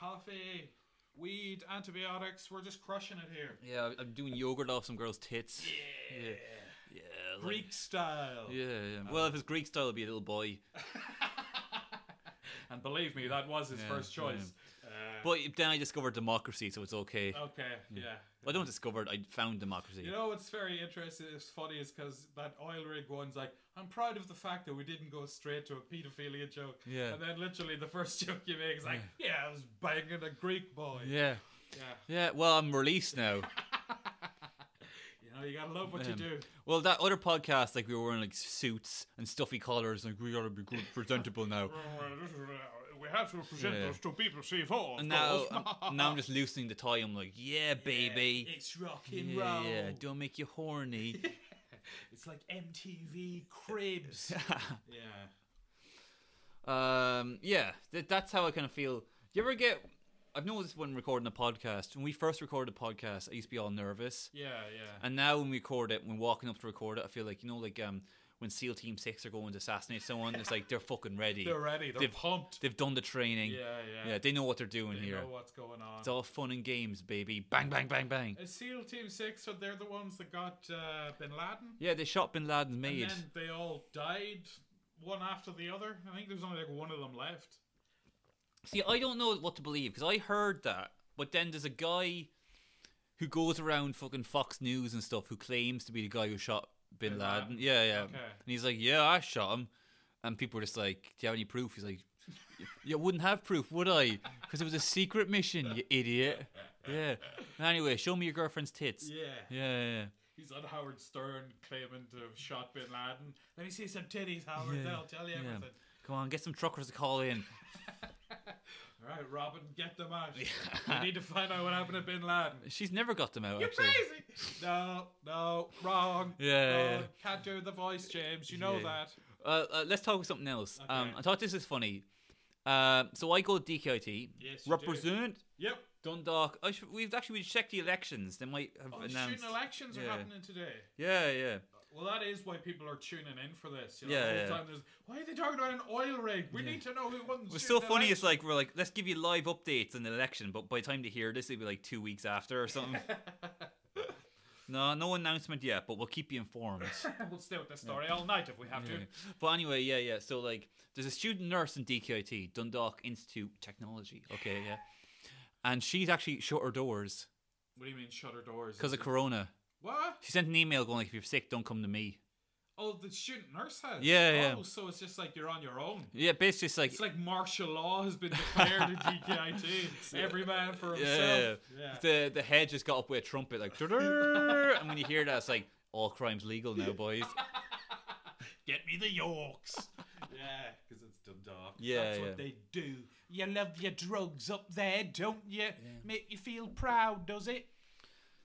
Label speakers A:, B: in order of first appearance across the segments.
A: coffee, weed, antibiotics. We're just crushing it here.
B: Yeah, I- I'm doing yogurt off some girl's tits. Yeah. Yeah. I was like-
A: Greek style.
B: yeah, yeah. Well, if it's Greek style, it'd be a little boy.
A: And believe me, that was his
B: Yeah,
A: first choice.
B: But then I discovered democracy, so it's okay.
A: Uh, okay,
B: Hmm.
A: yeah.
B: Well, I don't discover it, I found democracy.
A: You know what's very interesting, it's funny, is because that oil rig one's like, I'm proud of the fact that we didn't go straight to a paedophilia joke.
B: Yeah.
A: And then literally the first joke you make is like, yeah, I was banging a Greek boy.
B: yeah.
A: Yeah.
B: Yeah, well, I'm released now.
A: You know, you gotta love what you
B: Um,
A: do.
B: Well, that other podcast, like we were wearing like suits and stuffy collars, like we gotta be good, presentable now.
A: We have to present
B: Yeah.
A: this to people see four.
B: And now, I'm, now I'm just loosening the tie. I'm like, yeah, baby.
A: It's rock and
B: Yeah,
A: roll.
B: yeah, don't make you horny.
A: It's like MTV Cribs. yeah.
B: um, yeah, th- that's how I kind of feel. You ever get? I've noticed when recording a podcast. When we first recorded a podcast, I used to be all nervous,
A: Yeah, yeah.
B: and now when we record it, when walking up to record it, I feel like you know, like um, when SEAL Team Six are going to assassinate someone, it's like they're fucking ready.
A: They're ready. They're
B: They've-
A: pumped.
B: They've done the training.
A: Yeah, yeah.
B: Yeah, they know what they're doing
A: They
B: here.
A: know what's going on.
B: It's all fun and games, baby. Bang, bang, bang, bang.
A: Uh, SEAL Team Six, so they're the ones that got uh, Bin Laden,
B: Yeah, they shot Bin Laden's
A: and
B: maid.
A: then they all died one after the other. I think there's only like one of them left.
B: See, I don't know what to believe because I heard that, but then there's a guy who goes around fucking Fox News and stuff who claims to be the guy who shot Bin,
A: Bin
B: Laden.
A: Laden?
B: Yeah, yeah.
A: Okay.
B: And he's like, "Yeah, I shot him," and people are just like, "Do you have any proof?" He's like, "Yeah, wouldn't have proof, would I? Because it was a secret mission, you idiot." Yeah. Anyway, show me your girlfriend's tits.
A: Yeah,
B: Yeah, yeah, yeah.
A: he's on Howard Stern claiming to have shot Bin Laden. Let me see some titties, Howard.
B: Yeah,
A: They'll tell you
B: yeah.
A: everything.
B: Come on, get some truckers to call in.
A: All right, Robin, get them out. we need to find out what happened to Bin Laden.
B: She's never got them out.
A: You're
B: actually.
A: crazy. No, no, wrong.
B: Yeah,
A: Wrong.
B: yeah.
A: can't do the voice, James. You know
B: Yeah.
A: that.
B: Uh, uh, let's talk about something else. Um,
A: Okay.
B: I thought this is funny. Uh, so I go DKIT.
A: Yes, you do.
B: represent
A: Yep.
B: Dundalk. I should, we've actually we checked the elections. They might have
A: Oh,
B: announced.
A: shooting elections are
B: Yeah.
A: happening today.
B: yeah, yeah,
A: Well, that is why people are tuning in for this. You know,
B: Yeah,
A: the whole
B: yeah.
A: Time there's, why are they talking about an oil rig? We need to know who won.
B: It's so funny. It's like we're like, let's give you live updates on the election, but by the time they hear this, it'll be like two weeks after or something. no, no announcement yet, but we'll keep you informed.
A: we'll stay with this story all night if we have to.
B: but anyway, yeah, yeah. So like, there's a student nurse in DKIT, Dundalk Institute Technology. Okay, yeah, and she's actually shut her doors
A: What do you mean shut her doors?
B: because of Corona.
A: what?
B: She sent an email going like, "If you're sick, don't come to me."
A: Oh, the student nurse has.
B: Yeah,
A: oh,
B: yeah.
A: So it's just like you're on your own.
B: Yeah, basically, it's like,
A: It's like martial law has been declared in DKIT. Every man for
B: yeah,
A: himself.
B: yeah. the the head just got up with a trumpet, like, "Durr-durr," and when you hear that, it's like, all crimes legal now, boys.
A: Get me the Yorks. yeah, because it's Dundalk.
B: Yeah,
A: That's
B: yeah.
A: what they do. You love your drugs up there, don't you? Make you feel proud, does it?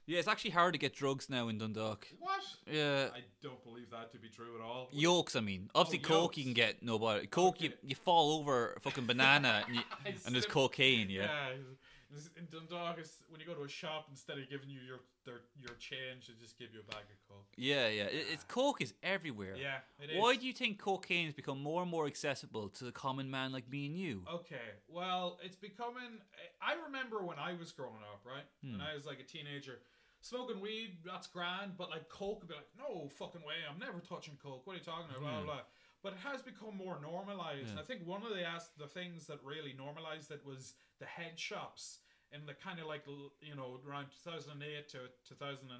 B: yeah, it's actually hard to get drugs now in Dundalk.
A: What?
B: Yeah,
A: I don't believe that to be true at all.
B: yokes. I mean, obviously,
A: Oh,
B: coke you
A: yokes.
B: can get no bother. Coke, you,
A: Okay.
B: you fall over a fucking banana, and, you, and there's
A: slip-
B: cocaine. Yeah.
A: Yeah. it's- In Dundalk, it's, when you go to a shop, instead of giving you your their, your change, they just give you a bag of coke.
B: yeah, yeah, It, it's coke is everywhere.
A: Yeah, it is.
B: Why do you think cocaine has become more and more accessible to the common man like me and you?
A: Okay, well, it's becoming. I remember when I was growing up, right? When I was like a teenager, smoking weed, that's grand, but like coke would be like, no fucking way, I'm never touching coke. What are you talking about? Blah, blah, blah. But it has become more normalized. And I think one of the, as- the things that really normalized it was the head shops in the kind of like, l- you know, around 2008 to 2011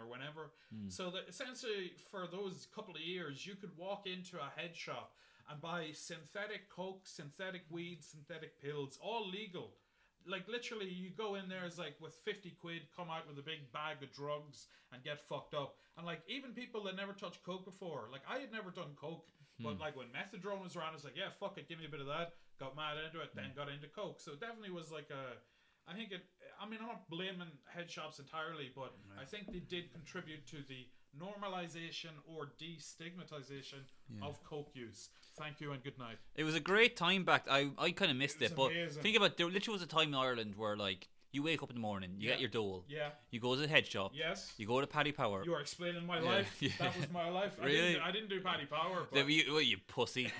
A: or whenever. So that essentially, for those couple of years, you could walk into a head shop and buy synthetic coke, synthetic weed, synthetic pills, all legal. Like literally, you go in there as like with fifty quid, come out with a big bag of drugs and get fucked up. And like even people that never touched coke before, like I had never done coke, but like when methadone was around, I was like, yeah, fuck it, give me a bit of that. Got mad into it, then got into coke. So it definitely was like a. I think it. I mean, I'm not blaming head shops entirely, but I think they did contribute to the normalization or destigmatization of coke use. Thank you and good night.
B: It was a great time back. I I kind of missed
A: It was
B: it, but
A: amazing.
B: think about there literally was a time in Ireland where like you wake up in the morning, you get
A: Yeah.
B: your dole,
A: Yeah.
B: you go to the head shop,
A: Yes.
B: you go to Paddy Power,
A: You are explaining my
B: Yeah,
A: life.
B: yeah.
A: That was my life. I
B: Really?
A: didn't, I didn't do Paddy Power. But
B: Then you, well, you pussy,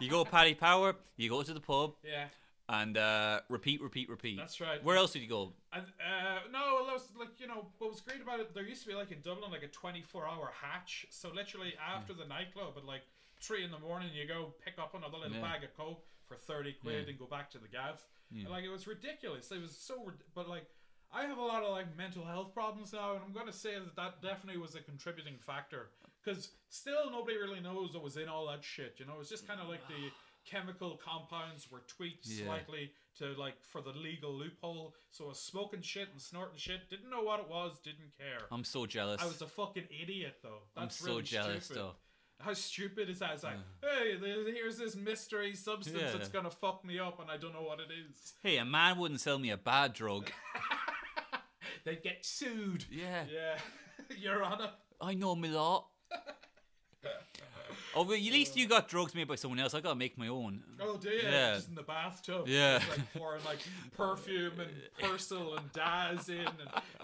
B: you go to Paddy Power, you go to the pub,
A: yeah.
B: and uh, repeat, repeat, repeat.
A: That's right.
B: Where else did you go?
A: And uh, no, well, that was like you know what was great about it. There used to be like in Dublin like a twenty-four hour hatch. So literally after the nightclub at like three in the morning, you go pick up another little
B: Yeah.
A: bag of coke for thirty quid
B: Yeah.
A: and go back to the gav. And, like it was ridiculous. It was so. rid- But like I have a lot of like mental health problems now, and I'm gonna say that that definitely was a contributing factor. Because still nobody really knows what was in all that shit. You know, it's just kind of like the chemical compounds were tweaked
B: Yeah.
A: slightly likely to like for the legal loophole. So I was smoking shit and snorting shit. Didn't know what it was. Didn't care.
B: I'm so jealous.
A: I was a fucking idiot though.
B: I'm
A: That's
B: so
A: really
B: jealous
A: stupid.
B: though.
A: How stupid is that? It's like, hey, there- here's this mystery substance
B: Yeah.
A: that's gonna fuck me up, and I don't know what it is.
B: Hey, a man wouldn't sell me a bad drug.
A: They get sued.
B: Yeah,
A: Yeah, Your Honor.
B: I know my lot. oh, but at least you got drugs made by someone else. I gotta make my own.
A: Uh. Oh dear.
B: Yeah.
A: Just in the bathtub.
B: Yeah.
A: Just, like pouring like perfume and Persil and Daz in and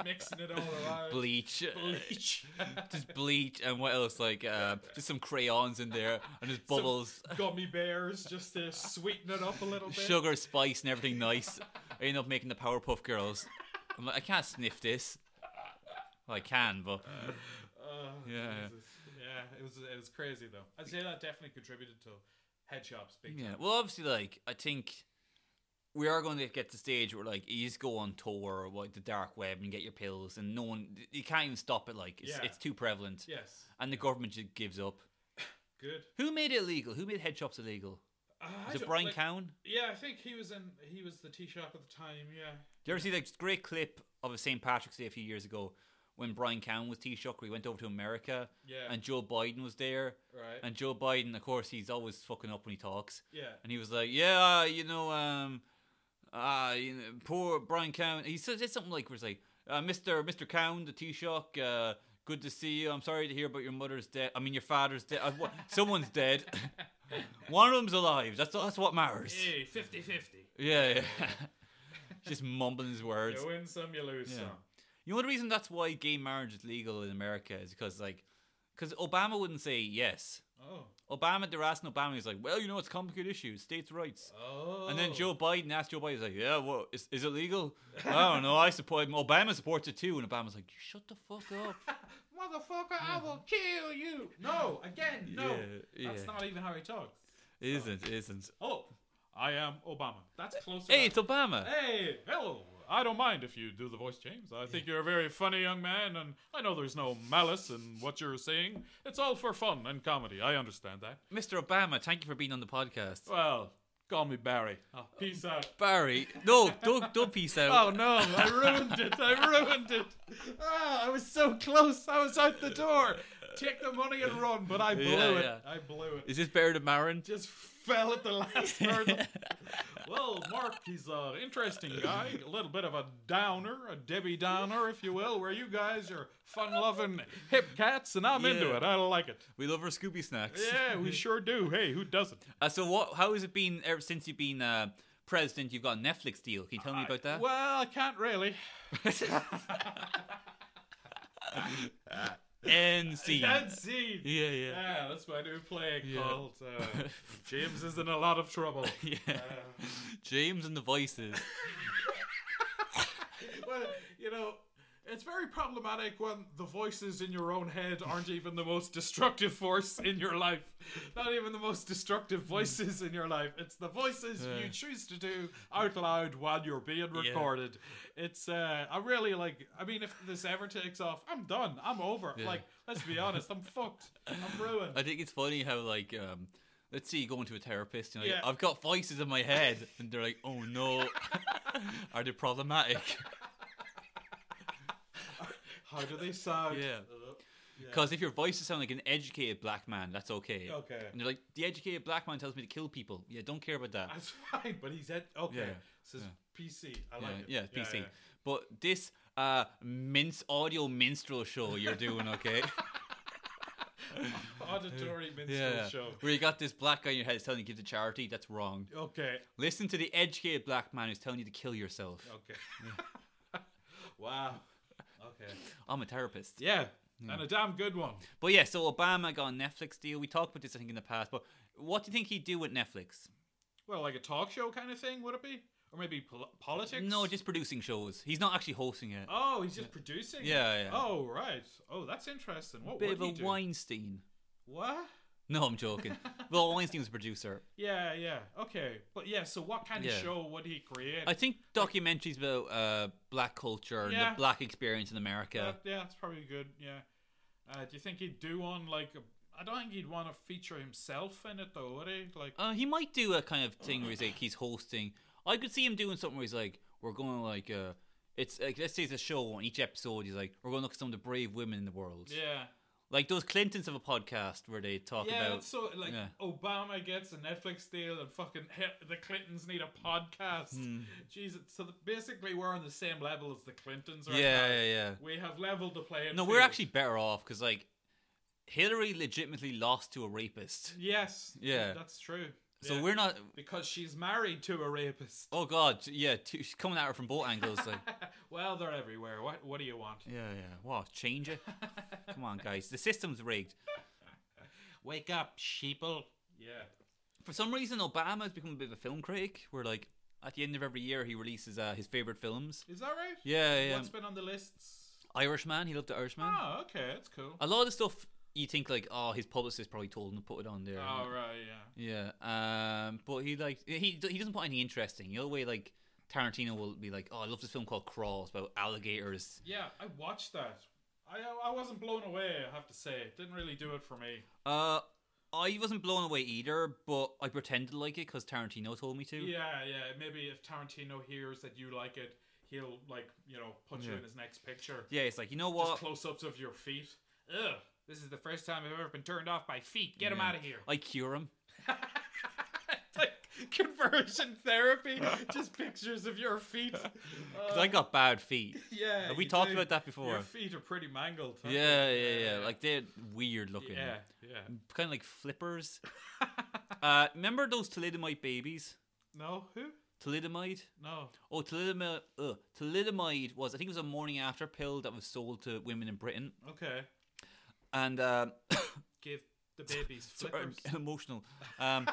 A: mixing it all around.
B: Bleach.
A: Bleach.
B: just bleach and what else? Like uh, just some crayons in there and just bubbles,
A: gummy bears just to sweeten it up a little bit.
B: sugar, spice, and everything nice. I end up making the Powerpuff Girls. I'm like, I can't sniff this. Well, I can, but
A: Oh,
B: Yeah, yeah.
A: Jesus. yeah. It was it was crazy though. I'd say that definitely contributed to head shops. Big
B: yeah.
A: time.
B: Well, obviously, like I think we are going to get to the stage where like you just go on tour or like the dark web and get your pills, and no one you can't even stop it. Like it's
A: Yeah.
B: it's too prevalent,
A: Yes,
B: and the government just gives up.
A: good.
B: Who made it illegal? Who made head shops illegal?
A: Uh, I
B: Was it
A: don't-
B: Brian
A: like-
B: Cowan?
A: Yeah, I think he was in. He was the tea shop at the time. Yeah.
B: Do you ever see that great clip of a St. Patrick's Day a few years ago when Brian Cowan was Taoiseach, where he went over to America
A: Yeah.
B: and Joe Biden was there?
A: right.
B: And Joe Biden, of course, he's always fucking up when he talks.
A: yeah.
B: And he was like, yeah, uh, you know, um, uh, you know, poor Brian Cowan. He said said something like, where it's like, uh, Mr. Mr. Cowan, the Taoiseach, uh, good to see you. I'm sorry to hear about your mother's death. I mean, your father's dead. Uh, wha- someone's dead. One of them's alive. That's, that's what matters.
A: Hey, 50-50.
B: Yeah, yeah. Just mumbling his words.
A: You win some, you lose
B: Yeah.
A: some.
B: You know the reason that's why gay marriage is legal in America is because like, because Obama wouldn't say yes.
A: Oh.
B: Obama, they're asking Obama, he's like, well, you know, it's a complicated issue, it's states' rights.
A: Oh.
B: And then Joe Biden asked Joe Biden, he's like, yeah, well, is, is it legal? I don't know, I support, Obama supports it too. And Obama's like, "You shut the fuck up.
A: Motherfucker, I will kill you. No, again, no.
B: Yeah,
A: That's
B: yeah.
A: not even how he talks.
B: It isn't, it isn't.
A: Oh, I am Obama. That's close.
B: Hey,
A: enough.
B: it's Obama.
A: Hey, hello. I don't mind if you do the voice, James. I think you're a very funny young man, and I know there's no malice in what you're saying. It's all for fun and comedy. I understand that.
B: Mr. Obama, thank you for being on the podcast.
A: Well, call me Barry. Oh, Peace out.
B: Barry, no, don't, don't peace out.
A: Oh no, I ruined it. I ruined it. Ah, I was so close. I was out the door. Take the money and run, but I blew
B: Yeah,
A: it.
B: yeah.
A: I blew it.
B: Is this better than Marin?
A: Just fell at the last hurdle. Well, Mark, he's an interesting guy, a little bit of a downer, a Debbie Downer, if you will, where you guys are fun loving hip cats, and I'm into
B: Yeah.
A: it. I like it.
B: We love our Scooby Snacks.
A: Yeah, we sure do. Hey, who doesn't?
B: Uh, so what? How has it been ever since you've been uh, president? You've got a Netflix deal. Can you tell me about that?
A: Well, I can't really.
B: And scene.
A: Can't see. Yeah.
B: Yeah, yeah,
A: that's my new play
B: Yeah.
A: called uh, James is in a lot of trouble.
B: yeah.
A: Uh,
B: James and the Voices.
A: well, you know, it's very problematic when the voices in your own head aren't even the most destructive force in your life. Not even the most destructive
B: Hmm.
A: voices in your life. It's the voices you choose to do out loud while you're being recorded. It's uh I really like I mean if this ever takes off, I'm done. I'm over. Like, let's be honest, I'm fucked. I'm ruined.
B: I think it's funny how like. Um, Let's see, you go into a therapist and you're like,
A: Yeah.
B: I've got voices in my head, and they're like, "Oh no, are they problematic?"
A: How do they sound?
B: Yeah.
A: Uh,
B: Because if your voices sound like an educated black man, that's okay.
A: Okay.
B: And they're like, "The educated black man tells me to kill people." Yeah, don't care about that.
A: That's fine, but he's at okay.
B: Yeah,
A: This is PC. I like it.
B: yeah, yeah, PC. But this uh mince audio minstrel show you're doing, okay?
A: yeah. Auditory minstrel
B: yeah.
A: show.
B: Where you got this black guy in your head telling you to give to charity, that's wrong.
A: Okay.
B: Listen to the educated black man who's telling you to kill yourself.
A: Okay. wow. Okay.
B: I'm a therapist.
A: Yeah. And a damn good one.
B: But yeah, so Obama got a Netflix deal. We talked about this I think in the past, but what do you think he'd do with Netflix?
A: Well, like a talk show kind of thing, would it be? Or maybe pol- politics?
B: No, just producing shows. He's not actually hosting it.
A: Oh, he's just producing. it?
B: Yeah, yeah.
A: Oh, right. Oh, that's interesting. What
B: Bit
A: would
B: of a
A: he do?
B: Weinstein.
A: What?
B: No, I'm joking. well, Weinstein was a producer.
A: Yeah, yeah. Okay, but yeah. So, what kind of
B: Yeah.
A: show would he create?
B: I think documentaries about uh, black culture and
A: Yeah.
B: the black experience in America.
A: That- yeah, that's probably good. Yeah. Uh, do you think he'd do one like? A, I don't think he'd want to feature himself in it though, would he? Like,
B: Uh, he might do a kind of thing where he's like he's hosting. I could see him doing something where he's like, we're going to like uh, it's like let's say it's a show on each episode. He's like, we're going to look at some of the brave women in the world.
A: yeah,
B: Like those Clintons have a podcast where they talk
A: yeah.
B: about.
A: that's so like
B: yeah.
A: Obama gets a Netflix deal, and fucking he- the Clintons need a podcast.
B: Hmm.
A: Jesus. So th- basically, we're on the same level as the Clintons. Right
B: yeah,
A: now.
B: yeah, yeah.
A: We have leveled the playing.
B: No, we're
A: field.
B: actually better off because like Hillary legitimately lost to a rapist,
A: Yes.
B: Yeah.
A: That's true.
B: so
A: Yeah.
B: we're not.
A: because she's married to a rapist.
B: Oh God, yeah, t- she's coming at her from both angles. Like,
A: well, they're everywhere. What What do you want?
B: yeah, yeah. What? Change it? Come on, guys. The system's rigged.
A: Wake up, sheeple. Yeah.
B: For some reason, Obama has become a bit of a film critic. Where like at the end of every year, he releases uh, his favorite films.
A: Is that right?
B: Yeah, yeah.
A: What's been on the lists?
B: Irishman. He loved the Irishman.
A: Oh, okay, that's cool.
B: A lot of the stuff you think like, oh, his publicist probably told him to put it on there.
A: Oh right, yeah.
B: Yeah, um, but he like he he doesn't put anything interesting. You know, the way like Tarantino will be like, "Oh, I love this film called Crawl. It's about alligators."
A: Yeah, I watched that. I I wasn't blown away. I have to say, it didn't really do it for me.
B: Uh, I wasn't blown away either, but I pretended to like it because Tarantino told me to.
A: Yeah, yeah. Maybe if Tarantino hears that you like it, he'll like you know put you
B: Yeah.
A: in his next picture.
B: Yeah, it's like you know
A: Just
B: what?
A: close-ups of your feet. Ugh. This is the first time I've ever been turned off by feet. Get him
B: Yeah.
A: out of here.
B: I cure him.
A: It's like conversion therapy, just pictures of your feet.
B: Cause
A: Uh,
B: I got bad feet.
A: yeah,
B: Have we
A: you
B: talked
A: do.
B: about that before?
A: Your feet are pretty mangled. aren't
B: yeah,
A: they?
B: yeah, yeah, Like they're weird looking.
A: yeah, yeah.
B: Kind of like flippers. uh, remember those thalidomide babies?
A: No, who?
B: Thalidomide.
A: No.
B: Oh, thalidomide, uh, thalidomide was, I think it was a morning after pill that was sold to women in Britain.
A: Okay,
B: And uh,
A: give the babies
B: sorry, I'm
A: flippers.
B: getting emotional. Um,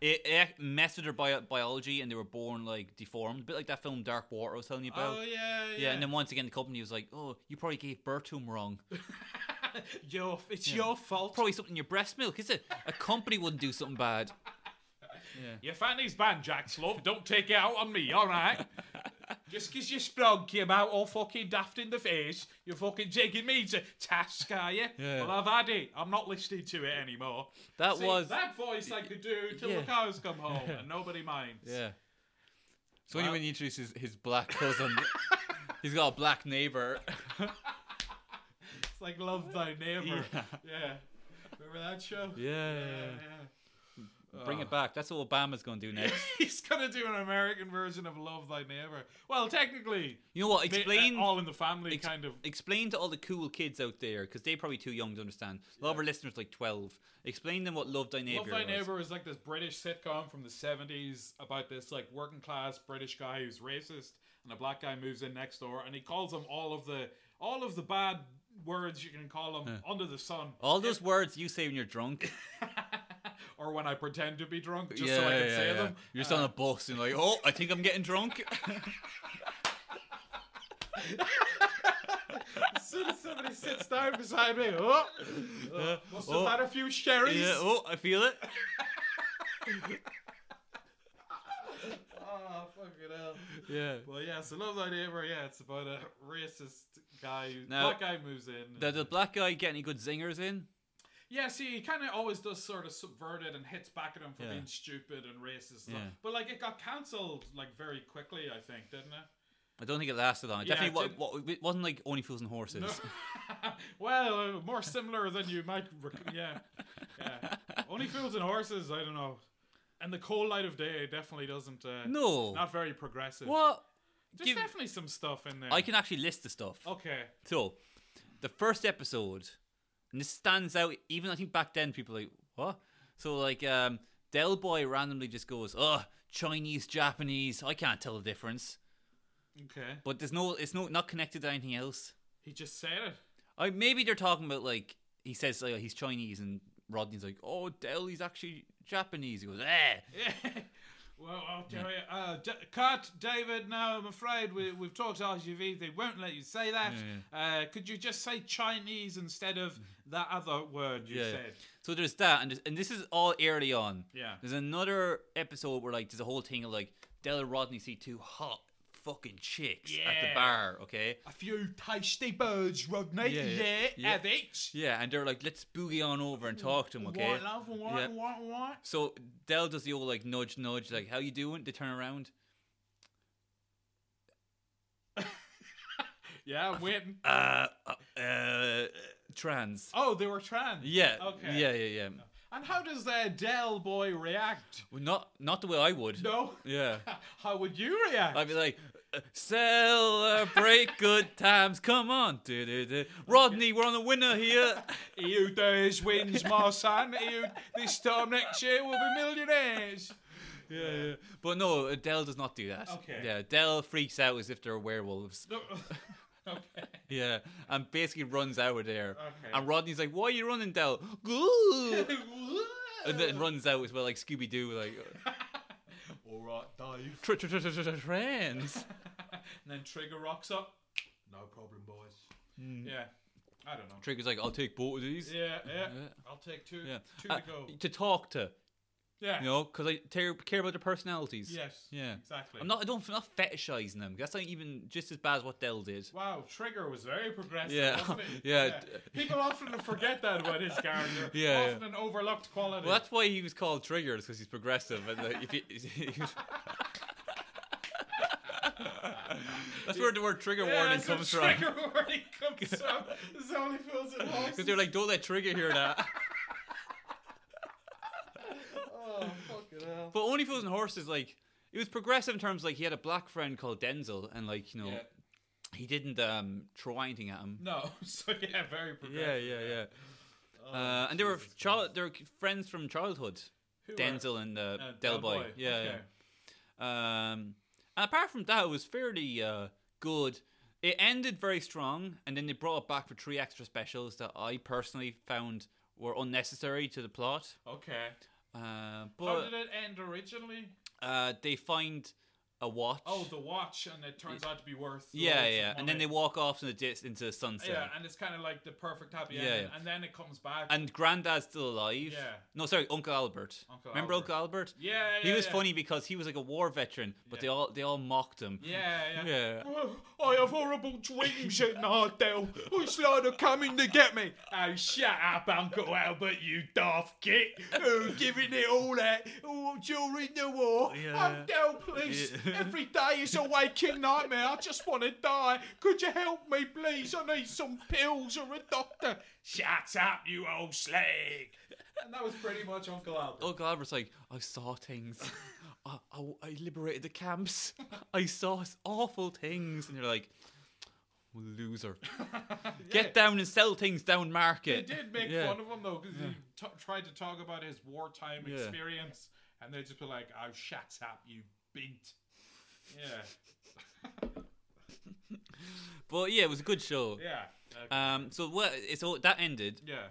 B: it, it messed with their bio- biology and they were born like deformed. A bit like that film Dark Water I was telling you about.
A: Oh yeah, yeah.
B: yeah. and then once again, the company was like, oh, you probably gave birth to him wrong.
A: your, it's
B: Yeah.
A: your fault.
B: Probably something in your breast milk, is it? A company wouldn't do something bad. Yeah.
A: Your fanny's banned, Jacks, love. Don't take it out on me, all right? Just 'cause your sprog came out all fucking daft in the face, you're fucking taking me to task, are you?
B: Yeah.
A: Well, I've had it. I'm not listening to it anymore.
B: That
A: See,
B: was.
A: that voice I could do till
B: Yeah.
A: the cows come home and nobody minds.
B: Yeah. So
A: Wow.
B: when he introduces his, his black cousin, he's got a black neighbor.
A: It's like love thy neighbor. Yeah.
B: Yeah.
A: Remember that show?
B: yeah. Bring it back. That's what Obama's going to do next.
A: He's gonna do an American version of Love Thy Neighbor. Well, technically,
B: You know what?
A: ma- uh,
B: Explain.
A: all in the family
B: ex-
A: kind of.
B: Explain to all the cool kids out there because they're probably too young to understand. A lot of our listeners are like twelve. Explain them what Love Thy Neighbor.
A: Love Thy
B: was.
A: Neighbor is like this British sitcom from the 70s about this like working class British guy who's racist and a black guy moves in next door and he calls them all of the all of the bad words you can call them under the sun
B: All those words you say when you're drunk.
A: or when I pretend to be drunk just so I can say them. Uh,
B: You're just on a bus and you're like, oh, I think I'm getting drunk.
A: As soon as somebody sits down beside me, oh, uh, must have
B: oh.
A: had a few sherries.
B: yeah, oh, I feel it.
A: Oh, fucking hell.
B: Yeah.
A: Well, yeah, so Love Thy Neighbor, yeah, it's about a racist guy. Who,
B: Now-
A: black guy moves in. and-
B: Did the black guy get any good zingers in?
A: yeah, see, he kind of always does sort of subvert it and hits back at him for
B: Yeah.
A: being stupid and racist. and
B: Yeah.
A: stuff. But, like, it got cancelled, like, very quickly, I think, didn't it?
B: I don't think it lasted long. It
A: Yeah,
B: Definitely,
A: it
B: wa- wa- it wasn't like only fools and horses.
A: No. well, uh, more similar than you might. Rec- yeah. yeah. Only Fools and Horses, I don't know. And the cold light of day definitely doesn't. Uh,
B: No.
A: Not very progressive.
B: What?
A: There's
B: Give-
A: definitely some stuff in there.
B: I can actually list the stuff.
A: Okay.
B: So, the first episode, and this stands out. Even I think back then people were like what? So like, um, Del Boy randomly just goes, "Oh, Chinese, Japanese. I can't tell the difference."
A: Okay.
B: But there's no, it's no, not connected to anything else.
A: He just said it.
B: I maybe they're talking about like he says like, he's Chinese and Rodney's like, "Oh, Del, he's actually Japanese." He goes, "Eh."
A: Yeah. Well, I'll tell you. Uh, D- cut, David. No, I'm afraid we, we've talked RGV. They won't let you say that.
B: Yeah, Mm.
A: Uh, could you just say Chinese instead of that other word you
B: Yeah.
A: said?
B: So there's that, and there's, and this is all early on.
A: Yeah.
B: There's another episode where like there's a whole thing of like Della Rodney see two hot fucking chicks at the
A: Yeah.
B: bar, okay?
A: A few tasty birds, Rodney.
B: Yeah,
A: Yeah,
B: yeah. Yeah.
A: have it.
B: Yeah, and they're like, let's boogie on over and talk to them, okay?
A: What love? What?
B: Yeah.
A: What? What?
B: So Dell does the old like nudge, nudge, like how you doing? They turn around.
A: Yeah, I'm waiting.
B: Uh, uh, uh trans.
A: Oh, they were trans.
B: Yeah.
A: Okay.
B: Yeah, yeah, yeah.
A: And how does their Dell boy react?
B: Well, not not the way I would.
A: No.
B: Yeah.
A: How would you react?
B: I'd be like, uh, celebrate good times. Come on, do-do-do. Rodney, we're on the winner here.
A: EU days wins, my son. EU, this time next year we'll be millionaires.
B: yeah, yeah. But no, Adele does not do that.
A: Okay.
B: Yeah, Adele freaks out as if they're werewolves.
A: No. okay.
B: Yeah, and basically runs out of there.
A: Okay.
B: And Rodney's like, "Why are you running, Dell?" Goo! and then
A: All
B: runs out as well, like Scooby Doo, like
A: right, Dave.
B: "Tr- tr- tr- tr- tr- trans.
A: and then Trigger rocks up. No problem, boys.
B: Hmm.
A: Yeah. I don't know.
B: Trigger's like, "I'll take both of these."
A: yeah, yeah.
B: Yeah.
A: I'll take two.
B: Yeah.
A: Two
B: Uh,
A: to go.
B: to talk to,
A: Yeah.
B: you know, because I ter- care about their personalities.
A: Yes.
B: Yeah.
A: Exactly.
B: I'm not. I don't. I'm not fetishizing them. That's not even just as bad as what Dell did.
A: Wow, Trigger was very progressive.
B: Yeah.
A: wasn't it?
B: Yeah.
A: People often forget that about his character.
B: Yeah,
A: Often an overlooked quality.
B: Well, that's why he was called Trigger, because he's progressive. And like, if he, he was- that's where the word trigger
A: Yeah,
B: warning
A: that's where
B: comes from.
A: trigger warning comes from. It's the only fools and
B: Because
A: horses.
B: they're like, don't let Trigger hear that.
A: oh, fucking hell.
B: but Only Fools and Horses, like, it was progressive in terms like he had a black friend called Denzel, and like you know,
A: Yeah.
B: he didn't um throw anything at him.
A: No, so yeah, very progressive.
B: Yeah, yeah, yeah.
A: Oh,
B: uh, and they were
A: Jesus
B: child,
A: Christ.
B: they were friends from childhood.
A: Who
B: Denzel and uh,
A: were- uh,
B: Del
A: Del
B: Boy.
A: Boy,
B: Yeah.
A: okay.
B: yeah. Um, and apart from that, it was fairly uh, good. It ended very strong, and then they brought it back for three extra specials that I personally found were unnecessary to the plot.
A: Okay.
B: Uh,
A: How
B: but
A: did it end originally?
B: uh, they find a watch.
A: Oh, the watch, and it turns out to be worth.
B: yeah,
A: loads of
B: yeah, and then they
A: money.
B: walk off in the dis- into the sunset.
A: Yeah, and it's kind of like the perfect happy
B: Yeah,
A: ending,
B: yeah.
A: and then it comes back.
B: And Granddad's still alive.
A: Yeah.
B: No, sorry, Uncle Albert.
A: Uncle
B: Remember
A: Albert.
B: Uncle Albert?
A: yeah, yeah,
B: He was
A: yeah.
B: funny because he was like a war veteran, but
A: Yeah.
B: they all they all mocked him.
A: Yeah, yeah.
B: Yeah.
A: Oh, I have horrible dreams at night, Dell. It's like they're coming to get me. Oh, shut up, Uncle Albert, you daft git. Oh, giving it all that oh, during the war.
B: Yeah.
A: Oh, Dell, please.
B: Yeah.
A: Every day is a waking nightmare. I just want to die. Could you help me, please? I need some pills or a doctor. Shut up, you old slag. Oh, And that was pretty much Uncle Albert.
B: Uncle Albert's Oh, like, I saw things. I, I, I liberated the camps. I saw s- awful things. And you're like, loser. Get down and sell things down market.
A: They did make
B: Yeah.
A: fun of him though because he t- tried to talk about his wartime
B: Yeah.
A: experience, and they just were like, "Oh, shut up, you beat." Yeah,
B: But yeah, it was a good show.
A: yeah, okay,
B: Um, so what, so that ended.
A: yeah,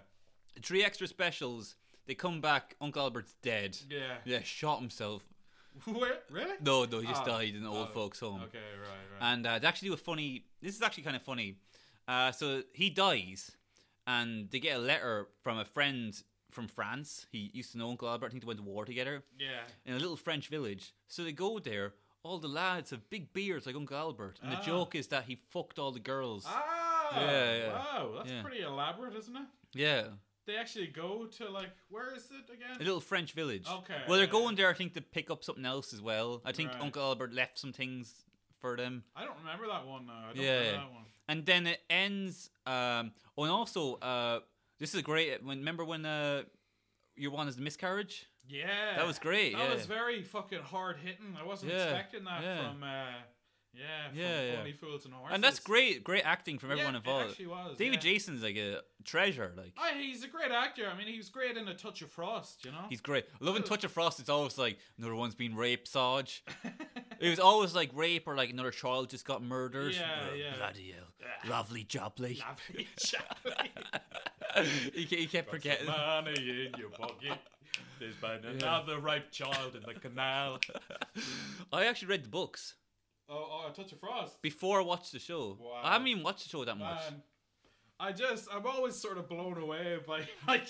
B: Three extra specials. They come back. Uncle Albert's dead.
A: yeah.
B: Yeah, shot himself.
A: Wait, really?
B: No, no, he just
A: Oh.
B: died in an old
A: Oh.
B: folks' home.
A: Okay, right, right.
B: And uh, they actually do a funny. This is actually kind of funny. Uh, so he dies, and they get a letter from a friend from France. He used to know Uncle Albert. I think they went to war together
A: yeah.
B: in a little French village. So they go there. All the lads have big beards like Uncle Albert, and the
A: Ah.
B: joke is that he fucked all the girls.
A: Ah,
B: Yeah, yeah.
A: wow, that's
B: Yeah.
A: pretty elaborate, isn't it?
B: Yeah,
A: They actually go to like, where is it again?
B: a little French village.
A: Okay,
B: Well,
A: Oh,
B: they're
A: yeah.
B: going there, I think, to pick up something else as well. I think
A: Right.
B: Uncle Albert left some things for them.
A: I don't remember that one. Now. I don't
B: Yeah.
A: remember that one.
B: and then it ends. Um, oh, and also, uh, this is great. When remember when uh, your one is the miscarriage?
A: Yeah,
B: That was great.
A: That
B: yeah.
A: was very fucking hard hitting. I wasn't
B: Yeah,
A: expecting that
B: yeah.
A: from. Uh, yeah, from
B: Yeah, yeah.
A: Only Fools and Horses.
B: and that's great. Great acting from everyone
A: yeah, It
B: involved.
A: actually was.
B: David
A: yeah.
B: Jason's like a treasure. Like
A: Oh, he's a great actor. I mean, he was great in A Touch of Frost, you know?
B: he's great. I Love and
A: Good.
B: Touch of Frost. It's always like another one's been raped, Sarge. it was always like rape or like another child just got murdered.
A: Yeah,
B: Oh,
A: yeah.
B: Bloody hell.
A: Yeah.
B: Lovely jobly.
A: Lovely chappy.
B: he, ke- he kept forgetting.
A: Money in your pocket.
C: There's been another raped child in the canal.
B: I actually read the books
A: Oh, oh, a touch of frost.
B: before I watched the show.
A: Wow.
B: I haven't even watched the show that much.
A: Man, I just I'm always sort of blown away by like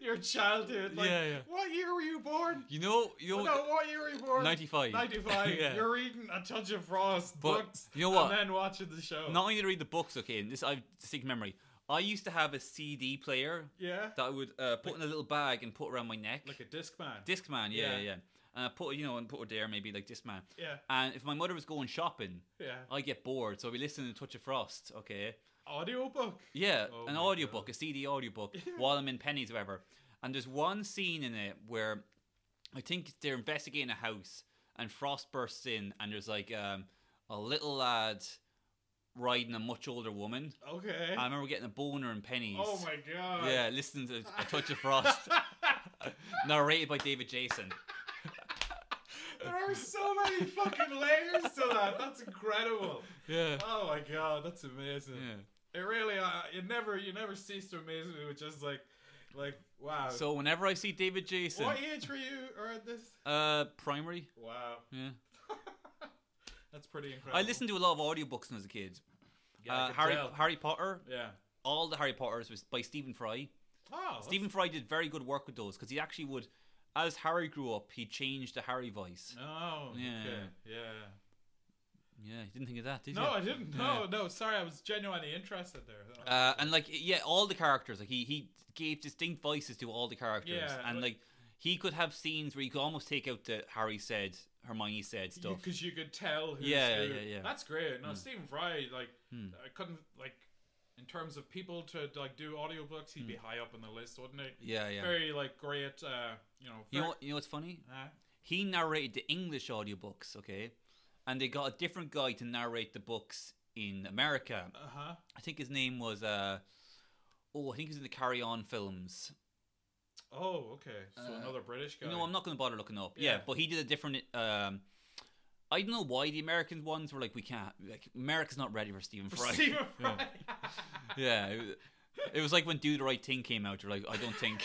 A: your childhood. Like,
B: Yeah, yeah.
A: What year were you born?
B: You know, you know,
A: no, what year were you born?
B: 95.
A: 95.
B: Yeah.
A: You're reading a touch of frost
B: But
A: books.
B: you know what?
A: And then watching the show.
B: not only to read the books, okay, and this I have distinct memory. I used to have a CD player
A: Yeah.
B: that I would uh, put in a little bag and put around my neck.
A: Like a disc man.
B: Discman, yeah, yeah.
A: Yeah.
B: yeah. And I put, you know, and put it there, maybe like Discman.
A: yeah.
B: And if my mother was going shopping,
A: Yeah.
B: I get bored, so I'd be listening to Touch of Frost, okay?
A: Audiobook.
B: Yeah,
A: Oh
B: an
A: my
B: audiobook,
A: God.
B: a CD audiobook,
A: Yeah.
B: while I'm in Penny's, or whatever. And there's one scene in it where I think they're investigating a house, and Frost bursts in, and there's like um, a little lad riding a much older woman.
A: Okay.
B: I remember getting a boner in Penny's.
A: oh my god.
B: Yeah, listening to A Touch of Frost, narrated by David Jason.
A: there are so many fucking layers to that. That's incredible.
B: Yeah.
A: Oh my god, that's amazing.
B: Yeah.
A: It really, uh, it never, you never cease to amaze me with just like, like wow.
B: So whenever I see David Jason,
A: what age were you or at this?
B: uh, primary,
A: Wow,
B: yeah.
A: that's pretty incredible.
B: I listened to a lot of audiobooks when I was a kid.
C: Yeah, I
B: uh,
C: could
B: Harry
C: tell.
B: Harry Potter,
A: Yeah.
B: all the Harry Potters was by Stephen Fry.
A: Oh,
B: Stephen Fry did very good work with those because he actually would, as Harry grew up, he changed the Harry voice.
A: that's- Oh.
B: Yeah.
A: Okay. Yeah.
B: Yeah, you didn't think of that, did
A: No,
B: you?
A: I didn't. No, no. Sorry, I was genuinely interested there.
B: Uh, and like yeah, all the characters like he he gave distinct voices to all the characters,
A: Yeah,
B: and
A: like-
B: like he could have scenes where you could almost take out the Harry said, Hermione said stuff.
A: because you could tell. Who's
B: Yeah,
A: who.
B: yeah, yeah.
A: That's great. No,
B: Hmm.
A: Stephen Fry, like,
B: Hmm.
A: I couldn't like, in terms of people to like do audiobooks, he'd be high up on the list, wouldn't he?
B: Hmm. Yeah, yeah.
A: Very like great. Uh, you know.
B: you
A: very-
B: know,
A: uh,
B: what- you know what's funny?
A: Huh?
B: He narrated the English audiobooks, okay, and they got a different guy to narrate the books in America.
A: Uh huh.
B: I think his name was uh oh, I think he was in the Carry On films.
A: Oh, okay. So
B: Uh,
A: another British guy.
B: No, I'm not going to bother looking up. Yeah.
A: Yeah.
B: but he did a different. Um, I don't know why the American ones were like, we can't. Like, America's not ready for Stephen Fry.
A: Stephen Fry.
B: Yeah. yeah, it was, it was like when Do the Right Thing came out. You're like, I don't think.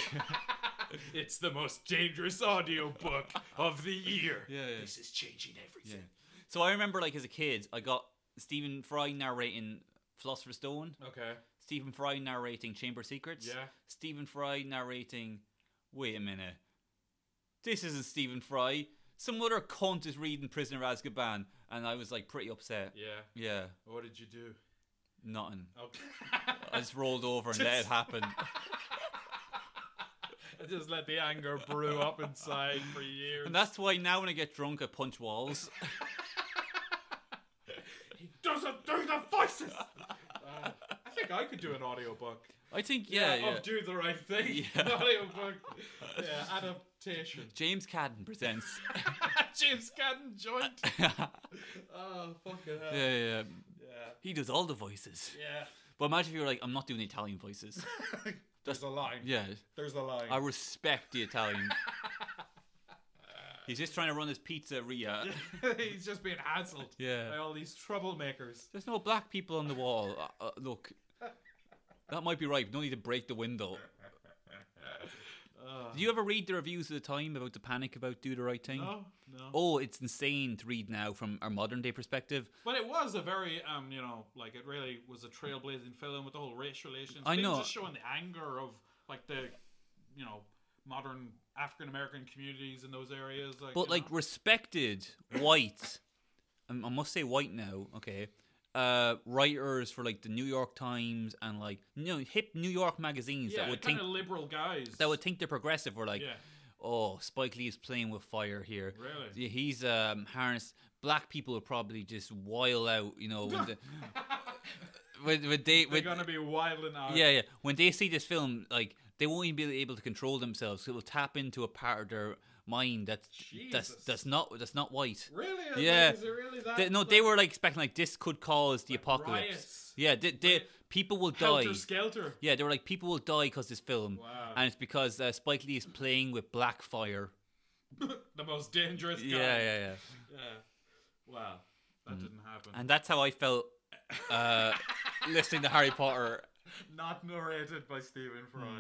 A: it's the most dangerous audiobook of the year.
B: yeah, yeah.
A: This is changing everything.
B: So I remember, like as a kid, I got Stephen Fry narrating Philosopher's Stone,
A: Okay.
B: Stephen Fry narrating Chamber of Secrets,
A: Yeah.
B: Stephen Fry narrating. Wait a minute. This isn't Stephen Fry. Some other cunt is reading Prisoner of Azkaban, and I was like pretty upset.
A: Yeah.
B: Yeah,
A: What did you do?
B: nothing. I
A: Okay.
B: just rolled over and let it
A: Just-
B: happen.
A: I just let the anger brew up inside for years.
B: And that's why now when I get drunk, I punch walls.
A: he doesn't do the voices. Uh, I think I could do an audiobook.
B: I think, yeah, yeah.
A: Of do the right thing.
B: Yeah.
A: audiobook. Yeah, adaptation.
B: James Cadden presents.
A: James Cadden joint.
B: yeah,
A: Oh, fucking hell.
B: yeah, yeah.
A: Yeah.
B: He does all the voices.
A: Yeah.
B: But imagine if you were like, I'm not doing the Italian voices.
A: There's a line.
B: Yeah,
A: There's a line.
B: I respect the Italian. He's just trying to run his pizzeria.
A: He's just being hassled by
B: Yeah.
A: all these troublemakers.
B: There's no black people on the wall. Uh, uh, look, that might be right. but No need to break the window.
A: Uh,
B: Did you ever read the reviews at the time about the panic about Do the Right Thing?
A: no, no.
B: Oh, it's insane to read now from our modern day perspective.
A: But it was a very, um, you know, like it really was a trailblazing film with the whole race relations.
B: I
A: thing,
B: know.
A: Just showing the anger of like the, you know, modern African American communities in those areas. Like,
B: But
A: you
B: like
A: know.
B: respected white, um, I must say white now. Okay, uh, writers for like the New York Times and like you know hip New York magazines
A: yeah,
B: that would
A: kind
B: think
A: of liberal guys.
B: that would think they're progressive were like,
A: yeah,
B: oh, Spike Lee is playing with fire here.
A: really.
B: Yeah, He's um harnessed. Black people will probably just wile out, you know, when, the, when, when they
A: They're
B: when,
A: gonna be wilding out.
B: yeah, yeah. When they see this film, like they won't even be able to control themselves. It will tap into a part of their mind that's that's
A: Jesus.
B: that's not that's not white.
A: Really? Like,
B: Yeah.
A: is it really that?
B: They, no,
A: like,
B: they were like expecting like this could cause the
A: Like
B: apocalypse.
A: riots.
B: Yeah, they, they
A: Right.
B: people will die.
A: helter skelter.
B: Yeah, they were like people will die because this film,
A: Wow.
B: and it's because uh, Spike Lee is playing with black fire.
A: the most dangerous guy.
B: Yeah, yeah, Mm. yeah.
A: yeah. Wow, that didn't happen.
B: And that's how I felt uh, listening to Harry Potter.
A: Hmm. Not narrated by Stephen Fry.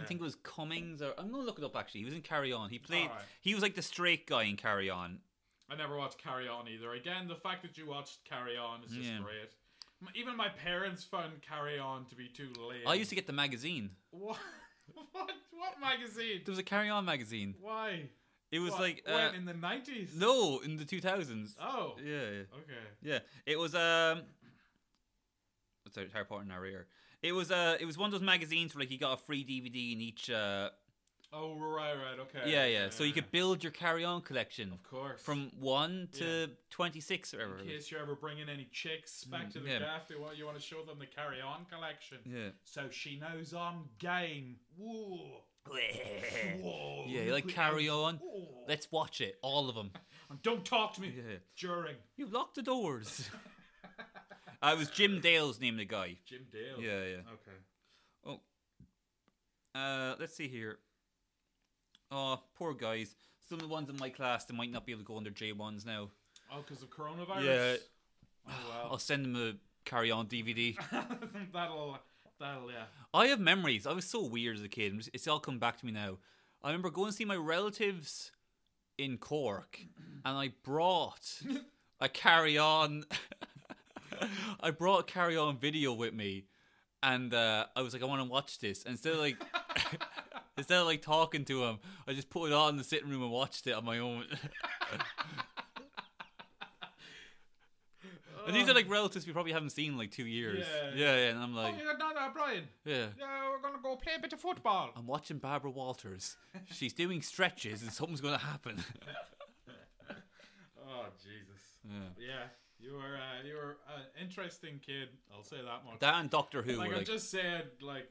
B: I think it was Cummings or I'm gonna look it up actually. He was in Carry On. He played
A: Alright.
B: he was like the straight guy in Carry On.
A: I never watched Carry On either. Again, the fact that you watched Carry On is just
B: Yeah.
A: great. M- Even my parents found Carry On to be too late.
B: I used to get the magazine.
A: what? what? What magazine?
B: There was a Carry On magazine.
A: Why?
B: It was
A: What?
B: like uh,
A: when in the nineties.
B: no in the two thousands.
A: Oh.
B: Yeah, yeah.
A: Okay.
B: Yeah, it was um. What's that? Harry Potter and our ear. It was uh, it was one of those magazines where like you got a free DVD in each. Uh,
A: Oh right, right. Okay.
B: yeah, yeah. So you could build your carry on collection
A: Of course.
B: from one to twenty six or whatever.
A: in
B: it was.
A: case you're ever bringing any chicks back
B: Mm,
A: to the
B: yeah.
A: gaff, they want you want to show them the Carry On collection.
B: Yeah,
A: So she knows I'm game. Whoa. Whoa.
B: yeah. Like
A: Liquid
B: carry
A: eggs.
B: on.
A: Whoa.
B: Let's watch it, all of them.
A: And don't talk to me
B: Yeah,
A: during.
B: you locked the doors. uh, it was Jim Dale's name, of the guy.
A: Jim Dale.
B: Yeah, yeah.
A: Okay.
B: Uh, let's see here. Oh, poor guys. Some of the ones in my class they might not be able to go under J ones now.
A: Oh, because of coronavirus.
B: Yeah.
A: Oh
B: I'll send them a carry on DVD.
A: well. that'll that'll yeah.
B: I have memories. I was so weird as a kid. I'm just- It's all come back to me now. I remember going to see my relatives in Cork, and I brought a carry on. I brought a carry on video with me, and uh, I was like, I want to watch this. And instead of like, instead of like talking to him, I just put it on in the sitting room and watched it on my own. and these are like relatives we probably haven't seen in like two years.
A: Yeah.
B: yeah, yeah and I'm
A: Oh,
B: like,
A: you're not uh, Brian.
B: yeah.
A: Yeah, we're gonna go play a bit of football.
B: I'm watching Barbara Walters. She's doing stretches and something's going to happen.
A: Oh Jesus. Yeah, you were uh, you were an interesting kid. I'll say that much.
B: That and Doctor Who
A: like
B: were
A: I
B: like,
A: just said, like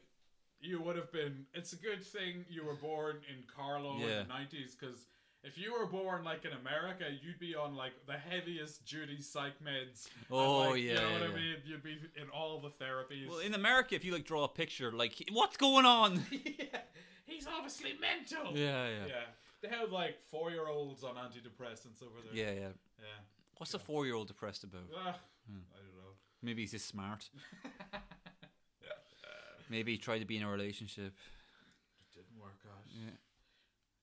A: you would have been. It's a good thing you were born in Carlo in
B: Yeah.
A: the nineties because. If you were born like in America, you'd be on like the heaviest duty psych meds. And,
B: Oh,
A: like, you
B: yeah,
A: know
B: yeah,
A: what I
B: yeah.
A: mean. You'd be in all the therapies.
B: well, in America, if you like draw a picture, like, what's going on?
A: yeah, he's obviously mental.
B: Yeah, yeah,
A: yeah. They have like four year olds on antidepressants over there.
B: yeah, yeah.
A: yeah.
B: What's a four-year-old depressed about?
A: Ugh,
B: Hmm.
A: I don't know.
B: Maybe he's just smart. Maybe he tried to be in a relationship.
A: It didn't work out.
B: Yeah.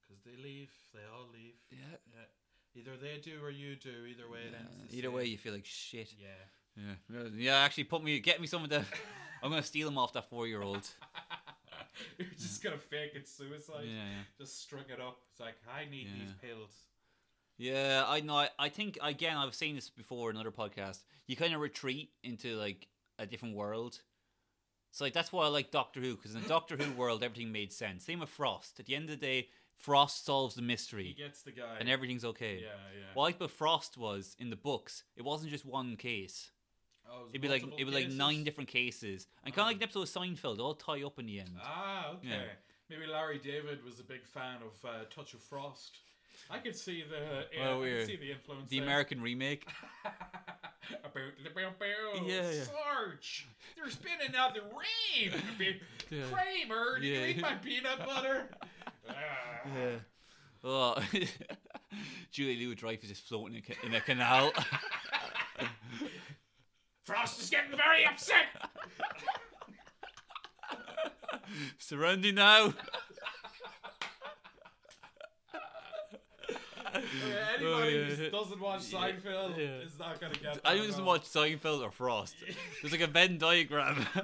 A: Because they leave. They all leave.
B: Yeah.
A: Yeah. Either they do or you do. Either way, it ends. the
B: Either
A: same.
B: way, you feel like shit.
A: Yeah.
B: Yeah, yeah. Actually, put me, get me some of the. I'm gonna steal him off that four-year-old.
A: You're just gonna fake it suicide.
B: Yeah, yeah.
A: Just string it up. It's like I need these pills.
B: Yeah, I know. I, I think again, I've seen this before in another podcast. You kind of retreat into like a different world. So like that's why I like Doctor Who because in the Doctor Who world, everything made sense. Same with Frost. At the end of the day, Frost solves the
A: He
B: mystery
A: gets the guy.
B: and everything's okay.
A: yeah, yeah.
B: What I liked about Frost was in the books, it wasn't just one case.
A: Oh,
B: It'd be like
A: multiple
B: it was like
A: cases?
B: nine different cases, and kind of like an episode of Seinfeld, they all tie up in the end.
A: Ah, okay.
B: Yeah.
A: Maybe Larry David was a big fan of uh, Touch of Frost. I could see the yeah,
B: Well,
A: I
B: we're-
A: could see the influence.
B: the
A: there.
B: American remake.
A: about the bow bow.
B: Yeah, yeah.
A: Sarge. There's been another rain.
B: Yeah.
A: Kramer, did
B: Yeah.
A: you eat my peanut butter? Ah.
B: Oh, Julie Louis Dreyfus is floating in a ca- in a canal.
A: Frost is getting very upset.
B: Surrounding now.
A: Oh, Yeah, anybody
B: Oh, yeah.
A: who just doesn't watch Seinfeld
B: yeah.
A: is not gonna get.
B: I
A: that
B: don't
A: at
B: even
A: all.
B: watch Seinfeld or Frost. There's like a Venn diagram.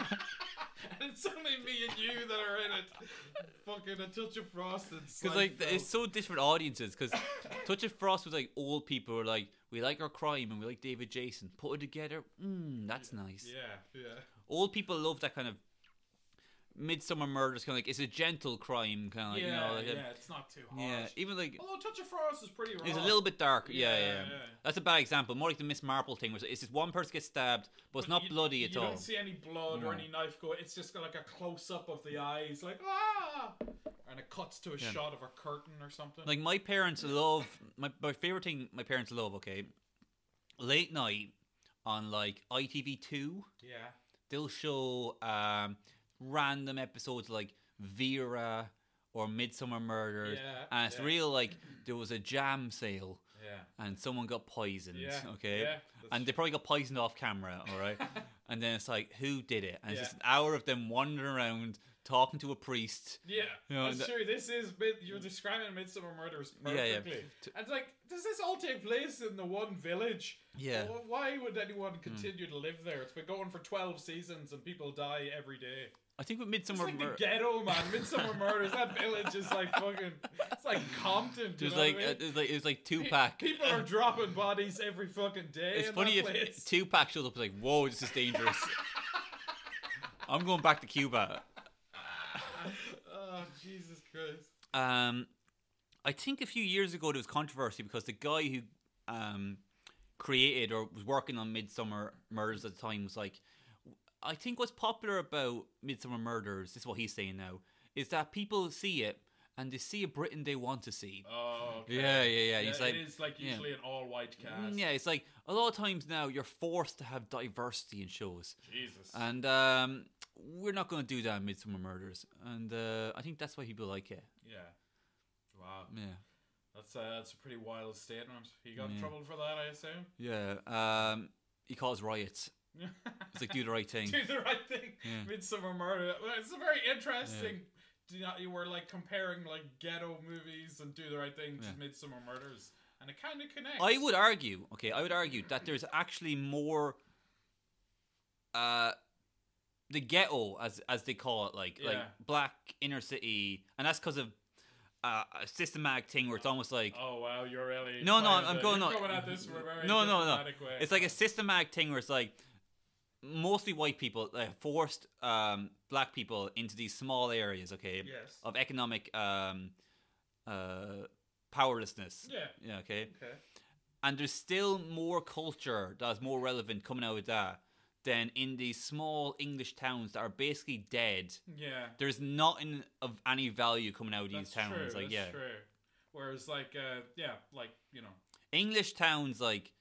A: And it's only me and you that are in it. Fucking a touch of frost and
B: Because like th- it's so different audiences. Because Touch of Frost was like old people were like, we like our crime and we like David Jason. Put it together. Mm, that's nice.
A: Yeah, yeah.
B: Old people love that kind of midsummer murders. Kind of like it's a gentle crime. Kind of like,
A: yeah,
B: Uh, you know, like
A: yeah, it's not too
B: A,
A: harsh.
B: yeah. Even like
A: Although Touch of Frost is pretty raw.
B: It's a little bit darker. Yeah,
A: Yeah,
B: yeah.
A: yeah.
B: That's a bad example. More like the Miss Marple thing, where it's just one person gets stabbed, but it's
A: But
B: not
A: you-
B: bloody at
A: you
B: all.
A: don't see any blood or
B: No.
A: any knife go. It's just got like a close up of the eyes, like ah, and it cuts to a shot of a curtain or something.
B: Like my parents love my my favorite thing. My parents love okay, late night on like ITV two.
A: yeah,
B: They'll show um random episodes like Vera or Midsummer Murders,
A: Yeah,
B: and it's
A: yeah.
B: real like there was a jam sale
A: yeah,
B: and someone got poisoned.
A: yeah.
B: Okay.
A: yeah,
B: and
A: that's-
B: they probably got poisoned off camera, all right? and then it's like, who did it? And it's
A: Yeah.
B: just an hour of them wandering around talking to a priest.
A: Yeah,
B: You know,
A: that's
B: that-
A: true. This is mid- you're describing Midsummer Murders
B: Yeah, yeah.
A: perfectly. And it's like, does this all take place in the one village?
B: Yeah. Hmm.
A: Wh- Why would anyone continue to live there? It's been going for twelve seasons, and people die every day.
B: I think with
A: It's
B: Midsummer
A: like the
B: Mur-
A: ghetto, man. Midsummer Murders. That village is like fucking. It's like Compton. Do you
B: there's
A: know
B: like
A: what I
B: uh,
A: mean?
B: there's like it was like
A: Pe-
B: Tupac.
A: People are dropping bodies every fucking day.
B: It's
A: in
B: funny
A: that place.
B: if Tupac shows up like, whoa, this is dangerous. I'm going back to Cuba.
A: oh Jesus Christ!
B: Um, I think a few years ago there was controversy because the guy who um, created or was working on Midsummer Murders at the time was like, I think what's popular about Midsummer Murders, this is what he's saying now, is that people see it and they see a Britain they want to see.
A: Oh okay.
B: Yeah, yeah, yeah.
A: Yeah,
B: He's like,
A: it is like
B: yeah.
A: usually an all-white cast.
B: Mm, yeah, it's like a lot of times now you're forced to have diversity in shows.
A: Jesus.
B: And um, we're not going to do that in Midsummer Murders. And uh, I think that's why people like it.
A: yeah. Wow.
B: Yeah.
A: That's a, that's a pretty wild statement. He got in
B: Yeah.
A: trouble for that, I assume.
B: Yeah. Um, he calls riots. It's like, do the right thing.
A: Do the right thing.
B: Yeah.
A: Midsummer Murder. Well, It's a very interesting. Do you not, you were like comparing like ghetto movies and Do the Right Thing to
B: Yeah.
A: Midsummer Murders, and it kind of connects.
B: I would argue, okay, I would argue that there's actually more. Uh, the ghetto, as as they call it, like like
A: Yeah.
B: black inner city, and that's because of uh, a systematic thing where it's almost like
A: Oh wow, you're really
B: No, no,
A: trying
B: I'm
A: to-
B: going
A: you're
B: on-
A: coming at this from a very
B: No, no, no.
A: diplomatic Way.
B: It's like a systematic thing where it's like mostly white people uh, forced um, black people into these small areas, okay,
A: yes.
B: of economic um, uh, powerlessness.
A: Yeah.
B: Yeah, okay.
A: Okay.
B: And there's still more culture that's more relevant coming out of that than in these small English towns that are basically dead.
A: Yeah.
B: There's nothing of any value coming out of these
A: That's
B: towns.
A: true.
B: like,
A: that's
B: yeah.
A: True. Whereas like uh yeah like you know
B: English towns, like,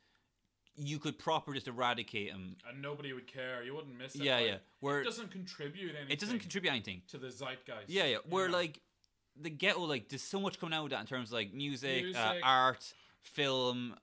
B: you could proper just eradicate them.
A: and uh, nobody would care. You wouldn't miss it.
B: Yeah,
A: like,
B: yeah. Where
A: It doesn't contribute anything.
B: it doesn't contribute anything.
A: to the zeitgeist.
B: Yeah, yeah.
A: you
B: Where
A: know?
B: like the ghetto, like there's so much coming out of that in terms of like music, Uh,
A: Music.
B: art, film.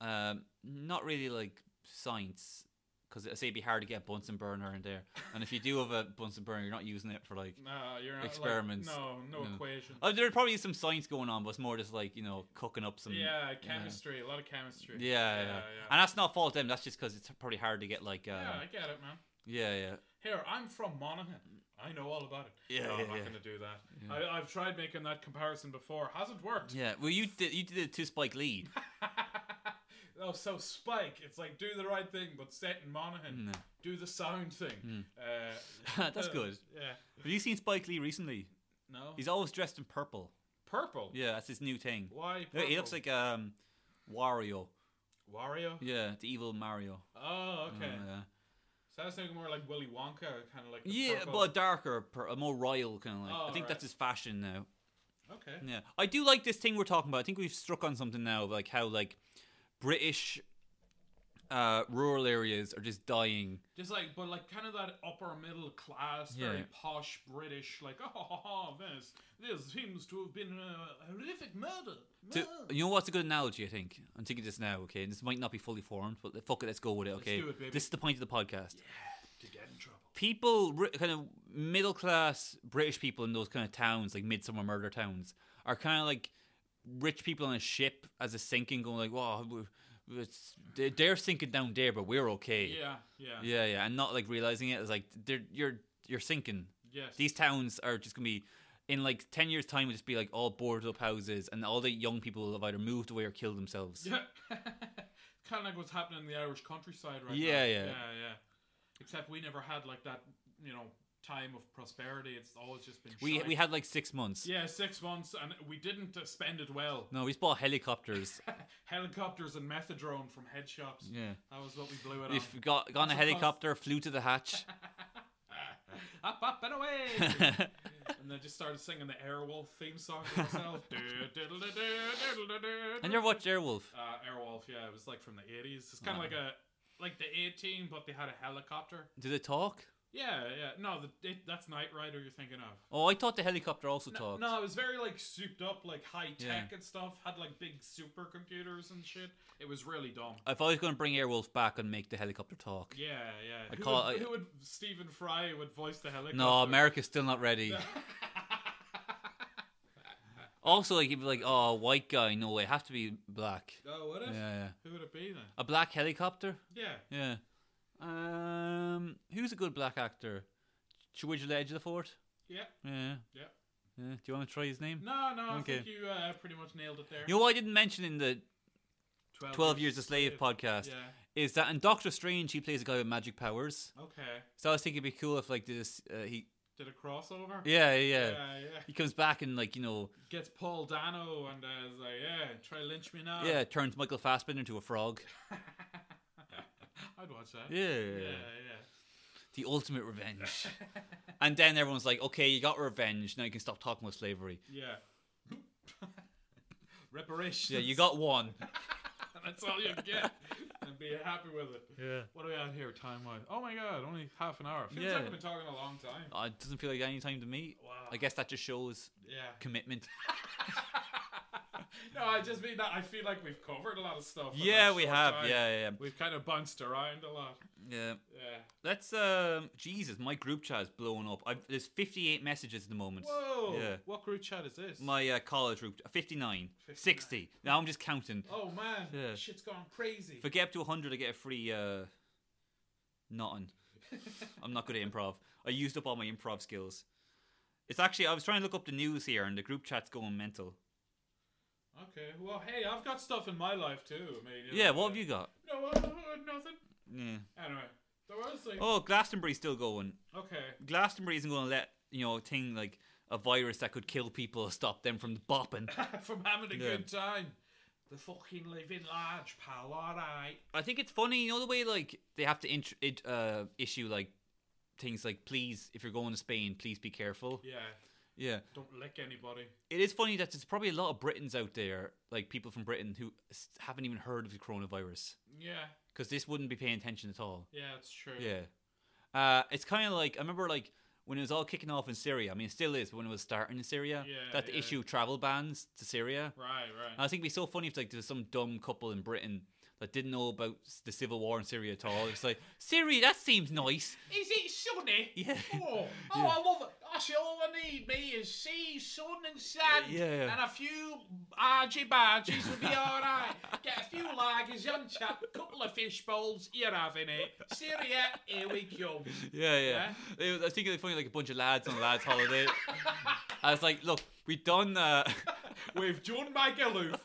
B: Um, not really like science, because I say it'd be hard to get a Bunsen burner in there. And if you do have a Bunsen burner, you're not using it for like.
A: No, you're not,
B: Experiments.
A: Like, no, no,
B: No.
A: equation.
B: Oh, there probably is some science going on, but it's more just like you know cooking up some.
A: yeah, chemistry. A lot of chemistry.
B: Yeah, yeah,
A: yeah.
B: and that's not fault of them. That's just because it's probably hard to get like. Uh,
A: Yeah, I get it, man.
B: yeah, yeah,
A: Here, I'm from Monaghan. I know all about it.
B: Yeah,
A: no,
B: yeah,
A: I'm not
B: yeah.
A: gonna do that.
B: Yeah. Mm.
A: I, I've tried making that comparison before. Hasn't worked.
B: yeah. Well, you did you did it to Spike Lee.
A: oh, so Spike, it's like do the right thing, but set in Monaghan.
B: Mm.
A: Do the sound thing. Uh,
B: That's good.
A: Yeah.
B: Have you seen Spike Lee recently?
A: No.
B: He's always dressed in purple.
A: purple.
B: Yeah, that's his new thing.
A: Why?
B: No,
A: purple?
B: he looks like um Wario.
A: Wario.
B: Yeah, the evil Mario.
A: Oh, okay.
B: Uh,
A: So I was thinking more like Willy Wonka, kind of like. the
B: yeah,
A: purple-
B: but a darker, per- a more royal kind of like.
A: Oh,
B: I think
A: right.
B: that's his fashion now.
A: okay.
B: Yeah, I do like this thing we're talking about. I think we've struck on something now, of, like how like British uh rural areas are just dying.
A: Just like, but like kind of that upper middle class, very
B: Yeah.
A: posh British, like, oh, ha, ha, Venice, there seems to have been a horrific murder.
B: To,
A: Murder."
B: you know what's a good analogy? I think I'm thinking this now. Okay, and this might not be fully formed, but fuck it, let's go with it. Okay,
A: do it, baby.
B: this is the point of the podcast.
A: to get in trouble.
B: people, ri- kind of middle class British people in those kind of towns, like Midsummer Murder towns, are kind of like rich people on a ship as it's sinking, going like, "Wow, we- it's, they- they're sinking down there, but we're okay."
A: Yeah, yeah,
B: yeah, yeah, and not like realizing it. It's like they're you're you're sinking.
A: yes.
B: These towns are just gonna be. In like ten years' time, will just be like all boarded up houses, and all the young people will have either moved away or killed themselves.
A: yeah. kind of like what's happening in the Irish countryside right now.
B: Yeah,
A: yeah,
B: yeah.
A: yeah. Except we never had like that, you know, time of prosperity. It's always just been.
B: we
A: shite.
B: we had like six months.
A: yeah six months, and we didn't uh, spend it well.
B: No, we just bought helicopters.
A: Helicopters and methadone from head shops.
B: yeah,
A: That was what we blew it on.
B: if got got on a
A: That's a cost.
B: helicopter, flew to the hatch.
A: up, up, and away. and then just started singing the Airwolf theme song to myself.
B: I never watched Airwolf.
A: Uh, Airwolf, yeah,
B: Uh-huh.
A: it was like from the 80s. It's kind of like a like the 18, but they had a helicopter.
B: Do they talk?
A: Yeah, yeah. No, the, it, that's Knight Rider you're thinking of.
B: Oh, I thought the helicopter also
A: No,
B: talked.
A: no, it was very like souped up, like high tech
B: Yeah.
A: and stuff. Had like big supercomputers and shit. It was really dumb.
B: If I was going to bring Airwolf back and make the helicopter talk,
A: Yeah, yeah.
B: I
A: who,
B: call-
A: would,
B: I-
A: who would Stephen Fry would voice the helicopter?
B: no, America's still not ready. also, like you'd be like, oh, white guy, no way, have to be black.
A: oh, would
B: Yeah,
A: it?
B: yeah.
A: Who would it be then?
B: A black helicopter.
A: Yeah.
B: Yeah. Um, who's a good black actor? Should the edge of the fort?
A: Yeah.
B: Yeah.
A: Yeah.
B: Yeah. Do you want to try his name?
A: No, no. I
B: Okay.
A: think you uh, pretty much nailed it there.
B: You know what I didn't mention in the Twelve Years a Slave podcast
A: Yeah.
B: is that in Doctor Strange he plays a guy with magic powers.
A: Okay.
B: So I was thinking it'd be cool if like this uh, he
A: Did a crossover.
B: yeah, yeah
A: Yeah,
B: yeah
A: yeah.
B: he comes back and like you know
A: Gets Paul Dano and uh, is like, yeah, try lynch me now.
B: yeah turns Michael Fassbender into a frog.
A: I'd watch that.
B: Yeah.
A: Yeah, yeah.
B: The ultimate revenge. and then everyone's like, okay, you got revenge. Now you can stop talking about slavery.
A: Yeah. Reparations.
B: Yeah, you got one.
A: That's all you get. and be happy with it.
B: Yeah.
A: What are we at here time wise? Oh my god, only half an hour. Feels
B: Yeah.
A: like we've been talking a long time.
B: Uh, it doesn't feel like any time to me.
A: Wow.
B: I guess that just shows
A: Yeah.
B: commitment.
A: no, I just mean that I feel like we've covered a lot of stuff. in
B: yeah,
A: that
B: we
A: short
B: have.
A: time.
B: Yeah, yeah,
A: We've kind of bounced around a lot.
B: yeah.
A: Yeah.
B: Let's. Um, Jesus, my group chat is blowing up. I've, there's 58 messages at the moment.
A: Whoa.
B: Yeah.
A: What group chat is this?
B: My uh, college group, 59, 60. Now I'm just counting.
A: oh man,
B: Yeah.
A: shit's gone crazy.
B: If I get up to 100, I get a free uh, nothing. I'm not good at improv. I used up all my improv skills. It's actually, I was trying to look up the news here, and the group chat's going mental.
A: okay. Well, hey, I've got stuff in my life too. I mean, you
B: Yeah,
A: know,
B: what have you got?
A: No, uh, uh, nothing.
B: Yeah.
A: Anyway, there was like.
B: Oh, Glastonbury's still going.
A: Okay.
B: Glastonbury isn't going to let you know a thing like a virus that could kill people stop them from bopping.
A: From having a
B: Yeah.
A: good time. The fucking living large, pal. All right.
B: I think it's funny, you know, the way like they have to int- it, uh, issue like things like please, if you're going to Spain, please be careful.
A: Yeah.
B: Yeah,
A: Don't lick anybody.
B: it is funny that there's probably a lot of Britons out there, like people from Britain who s- haven't even heard of the coronavirus
A: Yeah.
B: because this wouldn't be paying attention at all.
A: Yeah, it's true.
B: Yeah. Uh, it's kind of like I remember like when it was all kicking off in Syria. I mean, it still is, but when it was starting in Syria,
A: Yeah,
B: that the
A: yeah.
B: issue travel bans to Syria.
A: Right, right.
B: And I think it'd be so funny if like there was some dumb couple in Britain that didn't know about s- the civil war in Syria at all. It's like Syria, that seems nice.
A: Is it sunny?
B: Yeah.
A: Oh, oh I love it. That's all I need, me, is sea, sun, and sand.
B: Yeah, yeah.
A: And a few argy bargies will be all right. Get a few lagers, young chap, couple of fish bowls, you're having it. Syria, here we come.
B: Yeah, yeah. It was, I think it'd be funny like a bunch of lads on a lads' holiday. I was like, look, we done. Uh,
A: We've done Magaluf.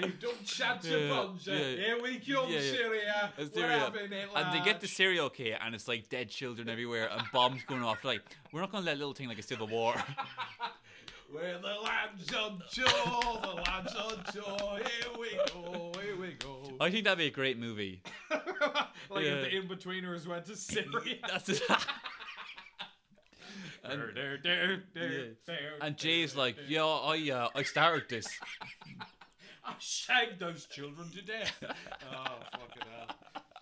A: We've done Chanchabonja.
B: Yeah, yeah.
A: Here we come,
B: Yeah, yeah.
A: Syria.
B: It's
A: We're
B: Syria.
A: having it,
B: and they get
A: lads.
B: the Syria okay, and it's like dead children everywhere and bombs going off. Like we're not gonna let a little thing like a civil war.
A: Where the lads on shore, the lads on shore. Here we go, here we go.
B: I think that'd be a great movie.
A: like
B: Yeah.
A: if the in betweeners went to Syria.
B: That's it.
A: There, there, there, there,
B: Yeah.
A: there, there,
B: and Jay's like,
A: there.
B: yeah, I uh, I started this.
A: I shagged those children to death. oh, fucking hell.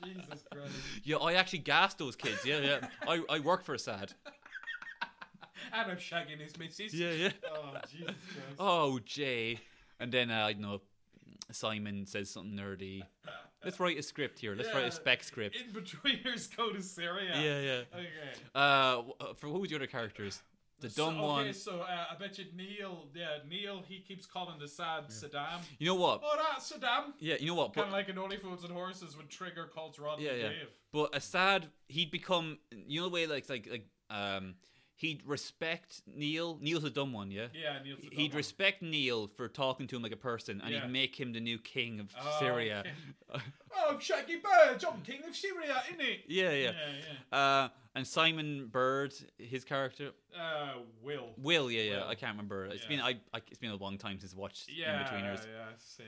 A: Jesus Christ.
B: Yeah, I actually gassed those kids. Yeah, yeah. I I work for Assad.
A: And I'm shagging his missus.
B: Yeah, yeah.
A: Oh, Jesus Christ.
B: Oh, Jay. And then uh, I don't know. Simon says something nerdy. Let's write a script here. Let's write
A: Yeah.
B: a spec script.
A: In betweeners go to Syria.
B: yeah, yeah.
A: Okay.
B: Uh, w- uh, for who was the other characters? The
A: So-
B: dumb
A: okay,
B: one.
A: So uh, I bet you Neil, yeah, Neil, he keeps calling the sad Saddam.
B: You know what?
A: Oh, that Saddam.
B: Yeah, you know what?
A: Kind
B: But,
A: of like an Only Fools and Horses would trigger cults Rodney
B: Yeah, yeah.
A: Dave.
B: but Assad, he'd become. You know the way like like like um, he'd respect Neil. Neil's a dumb one, yeah.
A: Yeah, Neil Saddam.
B: He'd respect Neil for talking to him like a person, and
A: Yeah.
B: he'd make him the new king of
A: Oh,
B: Syria.
A: okay. oh, Shaggy Bird, I'm king of Syria, isn't it?
B: yeah, yeah.
A: Yeah, yeah.
B: Uh, and Simon Bird, his character
A: Uh, Will.
B: Will, yeah, yeah.
A: Will.
B: I can't remember. It's
A: Yeah.
B: been I, I, it's been a long time since I watched
A: Yeah,
B: In-Betweeners.
A: yeah, same.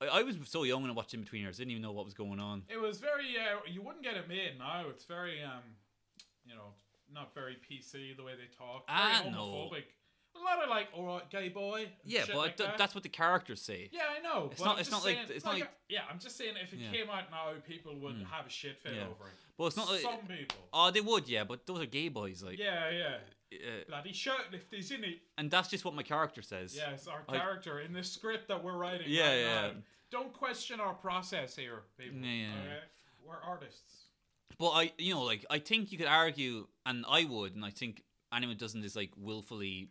B: I, I was so young when I watched In-Betweeners, didn't even know what was going on.
A: It was very. Uh, you wouldn't get it made now. It's very, um, you know, not very PC the way they talk. Very
B: Ah, no.
A: homophobic. A lot of like, all right, gay boy. and
B: Yeah,
A: shit
B: but
A: like
B: th-
A: that.
B: that's what the characters say.
A: Yeah, I know.
B: It's
A: but
B: not-
A: I'm just
B: it's not like-
A: saying-
B: it's not like-
A: a- yeah, I'm just saying if it
B: Yeah. Hmm.
A: came out now, people would have a shit fit
B: Yeah.
A: over it.
B: Well, it's not like-
A: some people.
B: Oh, they would, yeah, but those are gay boys, like,
A: yeah, yeah.
B: uh,
A: Bloody shirtlift is in it.
B: and that's just what my character says.
A: Yes, our
B: I-
A: character in the script that we're writing.
B: Yeah,
A: right
B: yeah.
A: now. Don't question our process here, people.
B: Yeah, yeah.
A: okay? We're artists.
B: But I, you know, like I think you could argue, and I would, and I think anyone who doesn't is like willfully.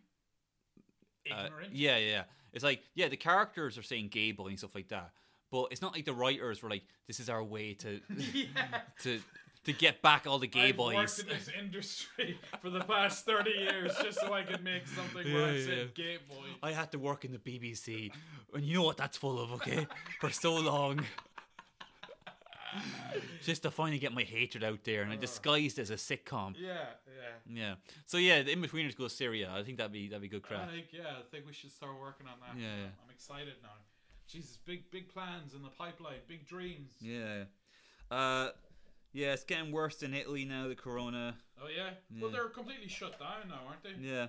B: uh,
A: Ignorant.
B: yeah, yeah. It's like yeah, the characters are saying gay boy and stuff like that, but it's not like the writers were like, this is our way to
A: yeah.
B: to to get back all the gay
A: I've
B: boys.
A: worked in this industry for the past 30 years just so I could make something where I
B: Yeah,
A: said gay boy.
B: I had to work in the BBC, and you know what that's full of, okay? For so long. Just to finally get my hatred out there, and I disguised as a sitcom.
A: Yeah, yeah.
B: Yeah. So yeah, the in-betweeners go Syria. I think that'd be that'd be good crap.
A: I think, yeah, I think we should start working on that.
B: Yeah, yeah.
A: I'm excited now. Jesus, big big plans in the pipeline, big dreams.
B: Yeah. Uh, yeah, it's getting worse in Italy now. The corona.
A: Oh yeah? Well, they're completely shut down now, aren't they?
B: Yeah.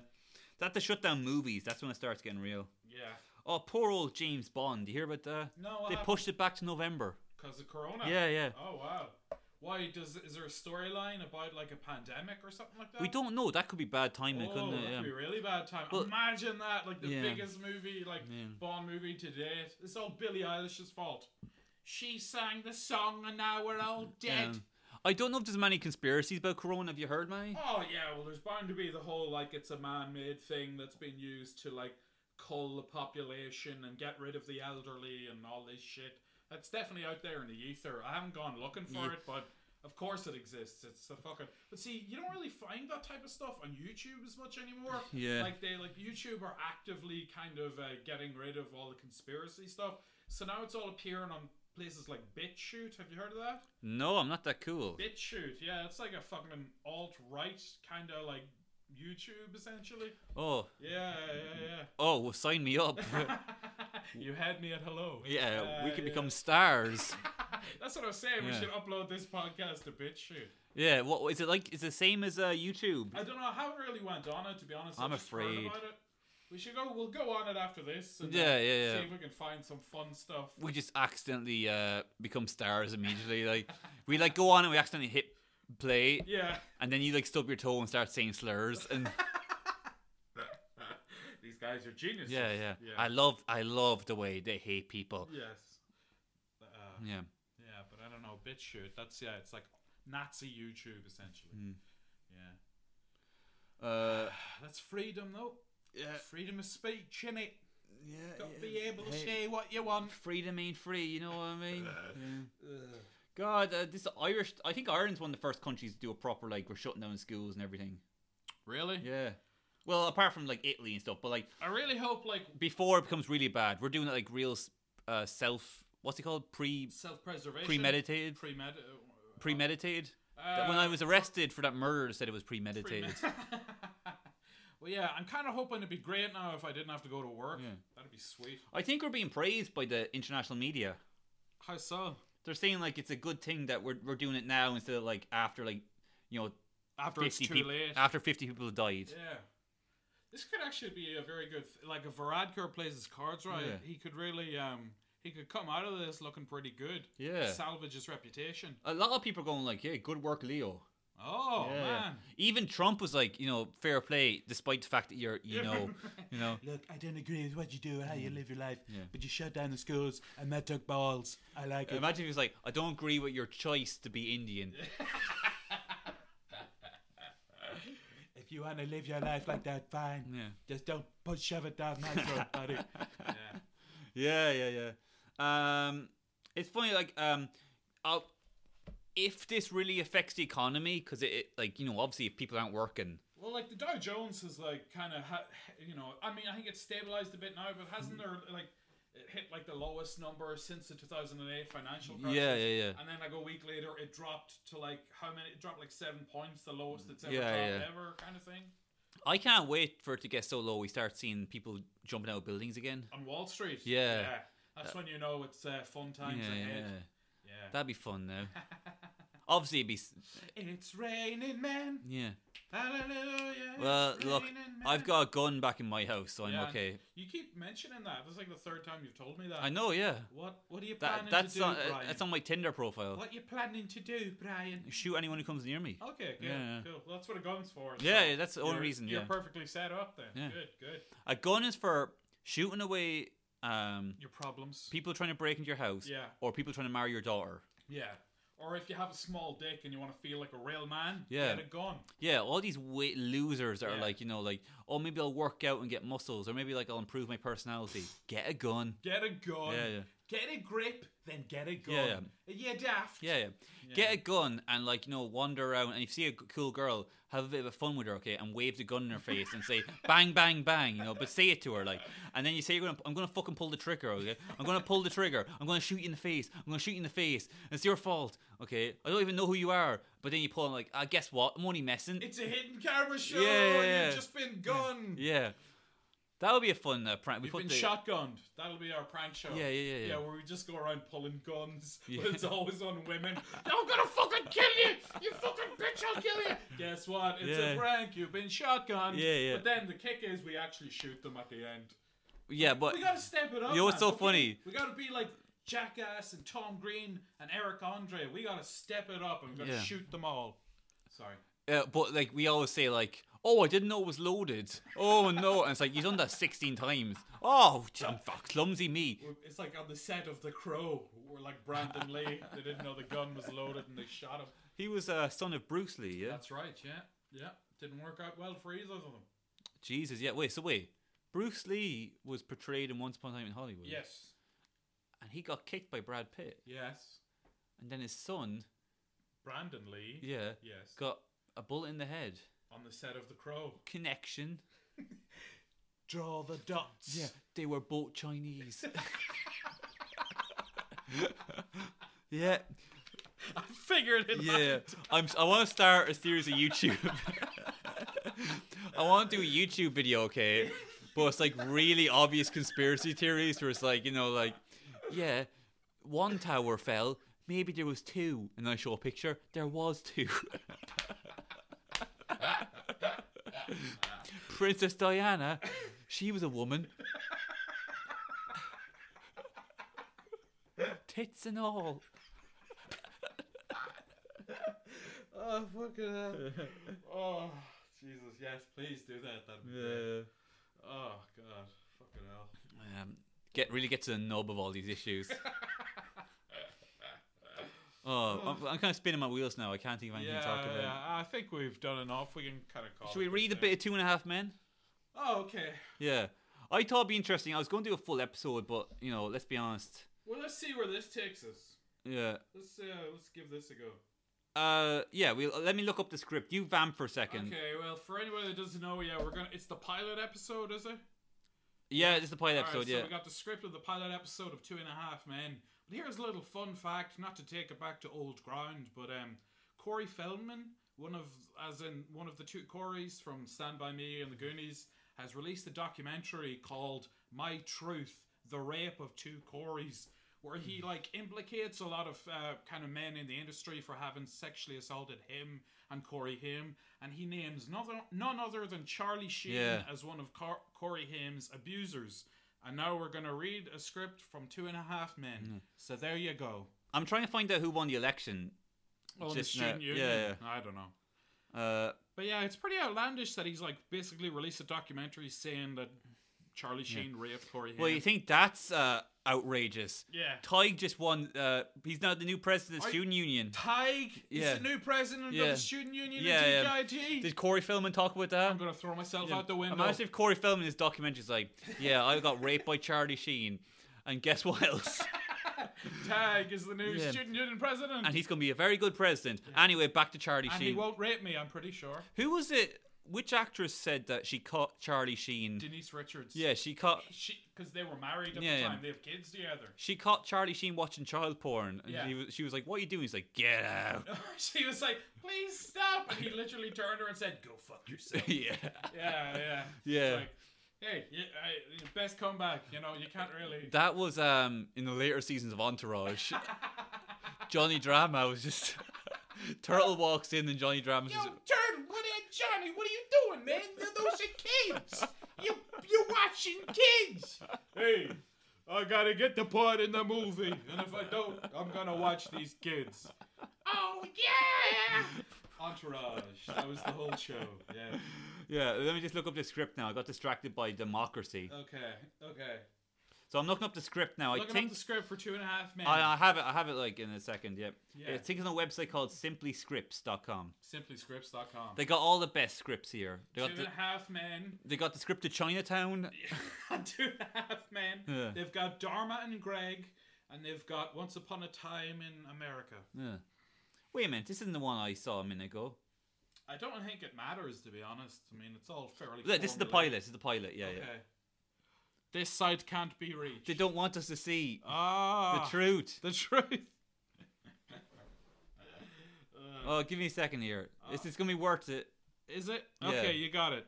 B: That the shut down movies. That's when it starts getting real.
A: Yeah.
B: Oh, poor old James Bond. You hear about that?
A: No,
B: They pushed it back to November.
A: because of Corona.
B: Yeah, yeah.
A: Oh wow. Why does is there a storyline about like a pandemic or something like that?
B: We don't know. That could be bad timing,
A: Oh,
B: couldn't
A: that
B: it? Yeah.
A: could be a really bad time.
B: Well-
A: Imagine that, like the
B: Yeah.
A: biggest movie, like
B: Yeah.
A: Bond movie to date. It's all Billie Eilish's fault. She sang the song, and now we're all dead.
B: Yeah. I don't know if there's many conspiracies about corona. Have you heard many?
A: Oh yeah, well, there's bound to be the whole like it's a man-made thing that's been used to like cull the population and get rid of the elderly and all this shit. That's definitely out there in the ether. I haven't gone looking for
B: Yeah.
A: it, but of course it exists. It's a fucking. But see, you don't really find that type of stuff on YouTube as much anymore.
B: Yeah.
A: like they like YouTube are actively kind of uh, getting rid of all the conspiracy stuff. So now it's all appearing on places like BitChute. Have you heard of that?
B: No, I'm not that cool.
A: BitChute, yeah, it's like a fucking alt right kind of like YouTube essentially.
B: Oh,
A: Yeah, yeah,
B: oh, well, sign me up.
A: yeah. you had me at hello.
B: yeah, we
A: Uh,
B: could
A: yeah.
B: become stars.
A: That's what I was saying. We
B: Yeah.
A: should upload this podcast to BitChute.
B: Yeah, what is it like? Is it the same as uh, YouTube?
A: I don't know. I haven't really went on it to be honest. I
B: I'm
A: just heard
B: afraid.
A: about it. We should go. We'll go on it after this. And
B: Yeah,
A: uh,
B: yeah, yeah.
A: See if we can find some fun stuff.
B: We just accidentally uh, become stars immediately. Like we like go on and we accidentally hit play,
A: Yeah.
B: and then you like stub your toe and start saying slurs. And
A: These guys are geniuses.
B: yeah, yeah,
A: Yeah.
B: I love, I love the way they hate people.
A: yes. Uh,
B: Yeah,
A: Yeah, but I don't know. BitChute. That's yeah. It's like Nazi YouTube essentially.
B: Hmm.
A: Yeah, Ah,
B: uh,
A: that's freedom though.
B: yeah,
A: Freedom of speech, innit?
B: Uh, yeah.
A: Got to be able to say what you want.
B: Freedom ain't free. You know what I mean? Yeah. God, uh, this Irish. I think Ireland's one of the first countries to do a proper like we're shutting down schools and everything.
A: Really?
B: Yeah. Well, apart from like Italy and stuff, but like
A: I really hope like
B: before it becomes really bad, we're doing it like real uh, self. What's it called? Pre
A: self-preservation,
B: premeditated.
A: premed. oh.
B: Premeditated.
A: Uh,
B: when I was arrested for that murder, they said it was premeditated.
A: premed- well, yeah, I'm kind of hoping it'd be great now if I didn't have to go to work.
B: Yeah.
A: That'd be sweet.
B: I think we're being praised by the international media.
A: How so?
B: They're saying like it's a good thing that we're we're doing it now instead of like after like you know
A: After it's
B: fifty
A: too
B: people
A: late.
B: after fifty people have died.
A: Yeah. This could actually be a very good th- like if Varadkar plays his cards right,
B: Yeah.
A: he could really um he could come out of this looking pretty good.
B: Yeah.
A: Salvage his reputation.
B: A lot of people are going like, "Yeah, good work, Leo."
A: Oh
B: Yeah, yeah.
A: man.
B: Even Trump was like, you know, fair play, despite the fact that you're, you know, you know,
D: Look, I don't agree with what you do, how you live your life,
B: Mm. Yeah.
D: but you shut down the schools, and that took balls. I like it.
B: Imagine if he was like, I don't agree with your choice to be Indian.
D: If you want to live your life like that, fine.
B: Yeah.
D: Just don't push shove it down my throat, buddy.
A: Yeah.
B: Yeah, yeah, yeah. Um, it's funny, like, um, I'll, if this really affects the economy, because it, it, like, you know, obviously if people aren't working,
A: Well, like the Dow Jones has like kind of ha- you know, I mean, I think it's stabilized a bit now, but hasn't
B: Mm-hmm.
A: there like it hit like the lowest number since the 2008 financial crisis?
B: Yeah, yeah, yeah.
A: And then like a week later, it dropped to like how many? It dropped like seven points, the lowest it's ever
B: Yeah,
A: dropped
B: yeah.
A: ever, kind of thing.
B: I can't wait for it to get so low we start seeing people jumping out of buildings again.
A: on Wall Street.
B: Yeah.
A: that's when you know it's uh, fun
B: Yeah,
A: times
B: yeah,
A: ahead. Yeah,
B: That'd be fun now. obviously it'd be s-
A: It's raining men.
B: yeah.
A: Hallelujah.
B: Well,
A: it's
B: look,
A: raining
B: I've
A: men.
B: got a gun back in my house, so I'm
A: Yeah.
B: okay.
A: You keep mentioning that. That's like the third time you've told me that.
B: I know, yeah.
A: What What are you
B: That
A: planning
B: that's
A: to do,
B: on, uh,
A: Brian?
B: that's on my Tinder profile.
A: What you planning to do, Brian?
B: Shoot anyone who comes near me.
A: Okay, good,
B: Yeah.
A: cool. Well, that's what a gun's for. so
B: Yeah, yeah, that's the only
A: you're-
B: reason.
A: You're
B: Yeah,
A: perfectly set up then.
B: Yeah.
A: Good, good.
B: a gun is for shooting away um,
A: Your problems.
B: people trying to break into your house,
A: Yeah.
B: or people trying to marry your daughter.
A: Yeah. Or if you have a small dick and you want to feel like a real man,
B: Yeah.
A: get a gun.
B: Yeah, all these weight losers that are
A: Yeah.
B: like, you know, like, oh, maybe I'll work out and get muscles, or maybe like I'll improve my personality. Get a gun.
A: Get a gun.
B: Yeah, yeah.
A: Get a grip, then get a gun.
B: Yeah,
A: Are you daft?
B: Yeah, yeah. Get a gun and like you know wander around, and if you see a g- cool girl, have a bit of fun with her, okay, and wave the gun in her face and say bang, bang, bang, you know, but say it to her like, and then you say you're gonna, I'm gonna fucking pull the trigger, okay, I'm gonna pull the trigger, I'm gonna shoot you in the face, I'm gonna shoot you in the face, it's your fault, okay, I don't even know who you are, but then you pull, i like, ah, guess what, I'm only messing,
A: It's a hidden camera show.
B: Yeah, yeah, yeah.
A: You've just been gunned.
B: yeah, that would be a fun uh, prank. We
A: You've
B: put
A: been
B: the
A: shotgunned. That'll be our prank show.
B: Yeah, yeah, yeah, yeah.
A: where we just go around pulling guns,
B: Yeah.
A: but it's always on women. I'm gonna fucking kill you, you fucking bitch! I'll kill you. Guess what? It's
B: Yeah.
A: a prank. You've been shotgunned.
B: Yeah, yeah.
A: But then the kick is we actually shoot them at the end.
B: yeah, but
A: We gotta step it up.
B: You know what's
A: man.
B: so funny?
A: We gotta be like Jackass and Tom Green and Eric Andre. We gotta step it up and we gotta
B: Yeah.
A: shoot them all. Sorry.
B: Uh, but like we always say, like, oh, I didn't know it was loaded. Oh no! And it's like you've done that sixteen times. Oh, gee, I'm fuck, clumsy me.
A: It's like on the set of The Crow, where like Brandon Lee, they didn't know the gun was loaded and they shot him.
B: He was a uh, son of Bruce Lee. Yeah.
A: That's right, yeah. Yeah. Didn't work out well for either of them.
B: Jesus. Yeah. Wait. So wait. Bruce Lee was portrayed in Once Upon a Time in Hollywood.
A: Yes.
B: And he got kicked by Brad Pitt,
A: Yes.
B: and then his son,
A: Brandon Lee.
B: yeah,
A: Yes.
B: got a bullet in the head.
A: On the set of The Crow.
B: Connection.
A: Draw the dots.
B: They were both Chinese. yeah.
A: I figured it out.
B: Yeah, I'm. s- I want to start a series of YouTube. I want to do a YouTube video, okay? But it's like really obvious conspiracy theories, where it's like you know, like yeah, one tower fell. Maybe there was two, and I show a picture. There was two. Princess Diana, she was a woman. Tits and all.
A: Oh, fucking hell. oh, Jesus. Yes, please do that. That'd be great. Oh, God. Fucking hell.
B: um, get really get to the nub of all these issues. oh, I'm, I'm kind of spinning my wheels now. I can't think of anything
A: Yeah,
B: to talk about.
A: yeah, I think we've done enough. We can kind of call
B: Should we
A: it
B: read a
A: there.
B: bit of Two and a Half Men?
A: Oh, okay.
B: Yeah, I thought it'd be interesting. I was going to do a full episode, but you know, let's be honest.
A: Well, let's see where this takes us.
B: Yeah,
A: Let's, uh, let's give this a go.
B: uh, yeah. We let me look up the script. You vamp for a second.
A: Okay, well, for anyone that doesn't know, yeah, we're gonna. It's the pilot episode, is it?
B: Yeah, this is the pilot
A: All
B: episode.
A: right,
B: yeah,
A: So we got the script of the pilot episode of Two and a Half Men. But here's a little fun fact, not to take it back to old ground, but um, Corey Feldman, one of as in one of the two Coreys from Stand by Me and The Goonies, has released a documentary called My Truth: The Rape of Two Coreys. Where he
B: Hmm.
A: like implicates a lot of uh, kind of men in the industry for having sexually assaulted him and Corey him, and he names none other, none other than Charlie Sheen
B: Yeah.
A: as one of Cor- Corey Haim's abusers. And now we're going to read a script from Two and a Half Men. So there you go.
B: I'm trying to find out who won the election.
A: Oh, the
B: Just now-
A: student union.
B: yeah,
A: I don't know.
B: Uh,
A: But yeah, it's pretty outlandish that he's like basically released a documentary saying that Charlie Sheen raped Corey Haim.
B: well, you think that's uh outrageous?
A: yeah.
B: Tyg just won. Uh, he's now the new president of the
A: Are-
B: student union.
A: Tig
B: Yeah.
A: is the new president
B: Yeah.
A: of the student union
B: Yeah, yeah.
A: in TGIT.
B: Did Corey Feldman talk about that?
A: I'm going to throw myself out the window.
B: Imagine if Corey Feldman in his documentary is like, "Yeah, I got raped by Charlie Sheen, and guess what else?
A: Tig is the new
B: Yeah.
A: student union president.
B: And he's gonna be a very good president." Anyway, back to Charlie
A: And he
B: Sheen.
A: won't rape me, I'm pretty sure.
B: Who was it? Which actress said that she caught Charlie Sheen?
A: Denise Richards.
B: yeah, she caught
A: because they were married at
B: Yeah,
A: the
B: yeah.
A: time. They have kids together.
B: she caught Charlie Sheen watching child porn, and
A: Yeah.
B: he was, she was like, "What are you doing?" He's like, "Get out."
A: she was like, "Please stop!" And he literally turned her and said, "Go fuck yourself." yeah,
B: yeah,
A: yeah,
B: Yeah.
A: It's Like, hey, you, I, your best comeback. You know, you can't really.
B: that was um in the later seasons of Entourage. Johnny Drama was just. Turtle walks in and Johnny Drama
A: Yo,
B: says,
A: turd, what are Johnny? What are you doing, man? Th- Those are kids. You you watching kids? Hey, I gotta get the part in the movie, and if I don't, I'm gonna watch these kids. Oh yeah. Entourage. That was the whole show. Yeah.
B: "Yeah, let me just look up the script now. I got distracted by democracy,
A: Okay. Okay.
B: so I'm looking up the script now. I
A: Uh, Looking
B: think
A: up the script for two and a half minutes.
B: I, I have it. I have it like in a second. Yep.
A: Yeah.
B: I think it's on a website called simplyscripts.com.
A: Simplyscripts.com.
B: They got all the best scripts here. They
A: Two
B: got
A: and a
B: the,
A: half men.
B: they got the script to Chinatown.
A: Two and a half men.
B: Yeah.
A: They've got Dharma and Greg, and they've got Once Upon a Time in America.
B: Yeah. Wait a minute, this isn't the one I saw a minute ago.
A: I don't think it matters, to be honest. I mean, it's all fairly.
B: Look, this is the
A: formulaic.
B: pilot. This is the pilot. Yeah,
A: Okay.
B: yeah.
A: This side can't be reached.
B: They don't want us to see
A: Ah,
B: the truth.
A: The truth. Uh,
B: Oh, give me a second here. Is
A: Ah.
B: this gonna be worth it?
A: is it?
B: yeah.
A: Okay, you got it.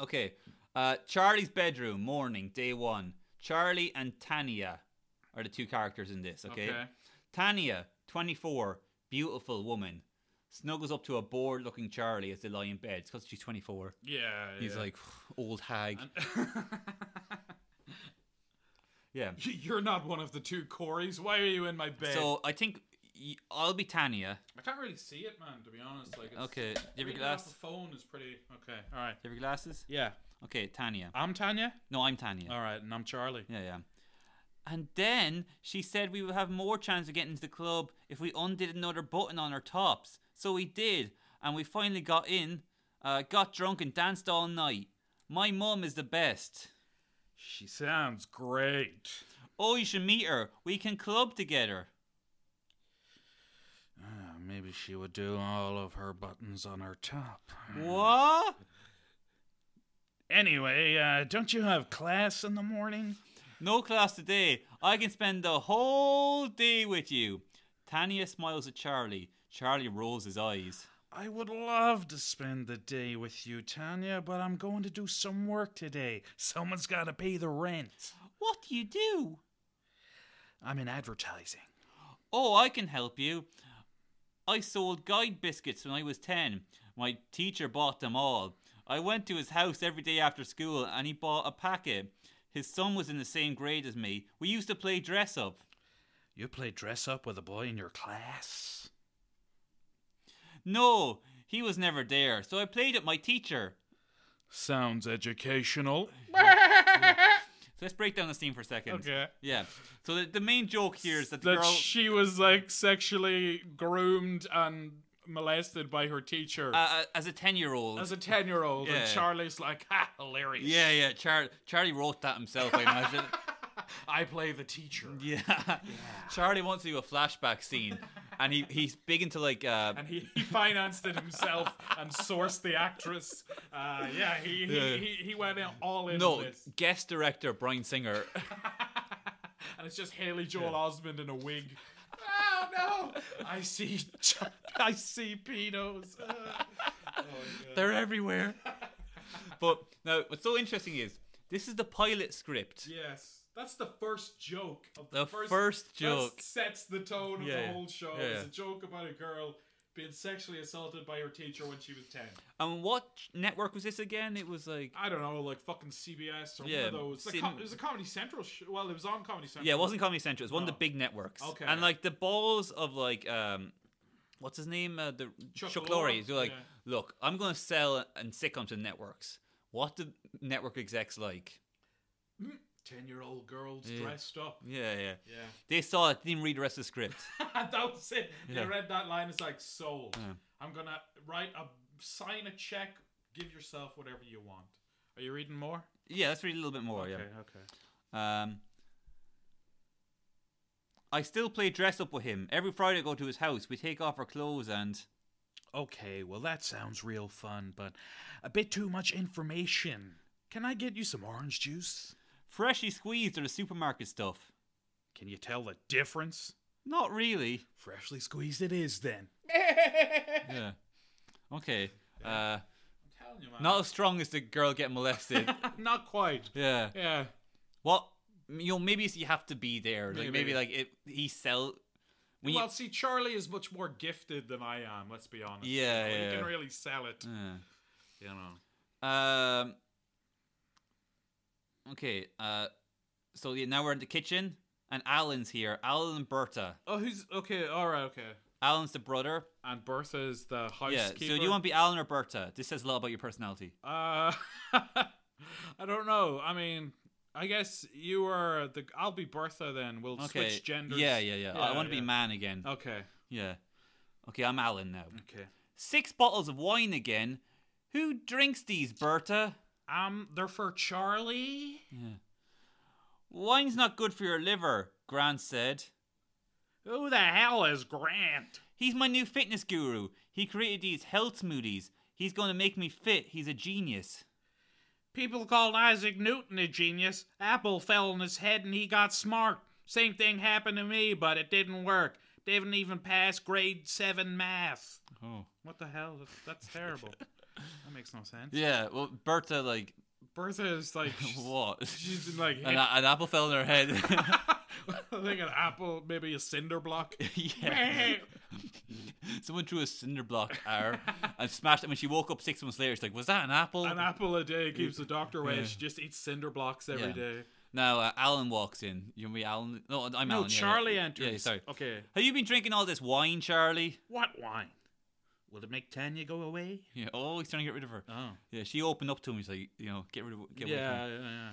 B: Okay. Uh, Charlie's bedroom, morning, day one. Charlie and Tanya are the two characters in this. Okay.
A: Okay.
B: Tanya, 24, beautiful woman, snuggles up to a bored-looking Charlie as they lie in bed. It's because she's 24.
A: Yeah.
B: He's
A: yeah.
B: like old hag. yeah.
A: You're not one of the two Corys. Why are you in my bed?
B: So I think y- I'll be Tanya.
A: I can't really see it, man. To be honest, like it's,
B: Okay. Do you have your
A: reading off
B: glasses?
A: a phone is pretty okay. All right.
B: Do you have your glasses?
A: Yeah,
B: Okay, Tanya.
A: I'm Tanya.
B: No, I'm Tanya.
A: All right, and I'm Charlie.
B: Yeah, yeah. And then she said we would have more chance of getting into the club if we undid another button on our tops. So we did, and we finally got in, uh, got drunk, and danced all night. My mum is the best.
A: She sounds great.
B: Oh, you should meet her. We can club together.
A: Ah, maybe she would do all of her buttons on her top.
B: What?
A: Anyway, uh, don't you have class in the morning?
B: No class today. I can spend the whole day with you. Tanya smiles at Charlie. Charlie rolls his eyes.
A: I would love to spend the day with you, Tanya, but I'm going to do some work today. Someone's got to pay the rent.
B: What do you do?
A: I'm in advertising.
B: Oh, I can help you. I sold guide biscuits when I was 10. My teacher bought them all. I went to his house every day after school and he bought a packet. His son was in the same grade as me. We used to play dress up.
A: You play dress up with a boy in your class?
B: No, he was never there, so I played at my teacher.
A: Sounds educational.
B: So let's break down the scene for a second.
A: Okay.
B: Yeah. So the, the main joke here is that the
A: That
B: girl.
A: she was like sexually groomed and molested by her teacher
B: uh, as a 10 year old.
A: as a 10 year old.
B: yeah.
A: And Charlie's like, ha, hilarious.
B: Yeah, yeah. Char- Charlie wrote that himself, I imagine.
A: I play the teacher.
B: yeah. Charlie wants to do a flashback scene, and he, he's big into like. Uh,
A: And he, he financed it himself and sourced the actress. Uh, yeah, he, he,
B: Yeah.
A: He, he went in all in
B: no,
A: on this.
B: guest director Brian Singer.
A: And it's just Haley Joel Osmond in a wig. Oh no! I see, I see pedos. Oh,
B: They're everywhere. but now, what's so interesting is this is the pilot script.
A: Yes, that's the first joke of the,
B: The
A: first,
B: first
A: that
B: joke.
A: sets the tone of
B: Yeah,
A: the whole show.
B: yeah.
A: It's a joke about a girl being sexually assaulted by her teacher when she was ten.
B: And what network was this again? It was like.
A: I don't know, like fucking CBS or
B: Yeah,
A: one of those. Like,
B: Sin-
A: com- it was a Comedy Central. Sh- well, it was on Comedy Central.
B: Yeah, it wasn't Comedy Central. It was one of
A: Oh.
B: the big networks.
A: Okay.
B: And like the balls of like um, what's his name? Uh, the
A: Chuck
B: Chuck, Lorre.
A: Lorre,
B: They're like,
A: yeah.
B: look, I'm going to sell and sitcom to networks. What do network execs like?
A: Hmm. Ten-year-old girls
B: Yeah.
A: dressed up.
B: Yeah, yeah.
A: Yeah.
B: They saw it. Didn't read the rest of the script.
A: that was it.
B: Yeah.
A: They read that line. It's like sold.
B: Yeah.
A: I'm gonna write a sign a check. Give yourself whatever you want. Are you reading more?
B: yeah, let's read a little bit more.
A: Okay. Okay.
B: Yeah. Um. I still play dress up with him. Every Friday I go to his house. We take off our clothes and
A: Okay. Well, that sounds real fun, but a bit too much information. Can I get you some orange juice?
B: freshly squeezed or the supermarket stuff.
A: Can you tell the difference?
B: Not really.
A: Freshly squeezed, it is then.
B: Yeah. Okay. Uh
A: I'm telling you, man.
B: Not as strong as the girl getting molested.
A: not quite.
B: yeah.
A: Yeah.
B: Well, you know, maybe you have to be there. Like
A: Maybe.
B: maybe like it, he sell. When you-
A: well, see, Charlie is much more gifted than I am. Let's be honest.
B: Yeah,
A: you know,
B: yeah.
A: he can really sell it.
B: Yeah.
A: You know,
B: Um. Okay. Uh. So yeah, now we're in the kitchen, and Alan's here. Alan and Berta.
A: oh, who's okay? All right, okay.
B: Alan's the brother.
A: And Bertha is the
B: Yeah.
A: housekeeper.
B: So do you want to be Alan or Berta? This says a lot about your personality.
A: Uh, I don't know. I mean, I guess you are the. I'll be Bertha then. We'll
B: Okay.
A: switch genders.
B: Yeah, yeah, yeah. I
A: Yeah,
B: want to
A: yeah. Oh.
B: be man again.
A: Okay.
B: Yeah. Okay, I'm Alan now.
A: Okay.
B: Six bottles of wine again. Who drinks these, Berta?
A: Um, they're for Charlie.
B: Wine's not good for your liver, Grant said.
A: Who the hell is Grant?
B: He's my new fitness guru. He created these health smoothies. He's going to make me fit. He's a genius.
A: People called Isaac Newton a genius. Apple fell on his head and he got smart. Same thing happened to me, but it didn't work. Didn't even pass grade seven math.
B: Oh.
A: What the hell? That's, that's terrible. that makes no sense.
B: Yeah, well, Berta, like,
A: Bertha is like,
B: what?
A: she's in like,
B: An, an apple fell in her head.
A: I think an apple, maybe a cinder block.
B: yeah. Someone threw a cinder block at her and smashed it. When she woke up six months later, she's like, was that an apple?
A: An apple a day keeps the doctor away.
B: Yeah.
A: She just eats cinder blocks every
B: Yeah.
A: day.
B: Now uh, Alan walks in. You mean Alan? No, I'm Alan.
A: No,
B: yeah,
A: Charlie
B: yeah.
A: enters.
B: Yeah, sorry.
A: Okay.
B: Have you been drinking all this wine, Charlie?
A: What wine? Will it make Tanya go away?
B: Yeah. Oh, he's trying to get rid of her.
A: Oh.
B: Yeah, she opened up to him. He's like, you know, get rid of, get away from
A: yeah,
B: her.
A: yeah, yeah.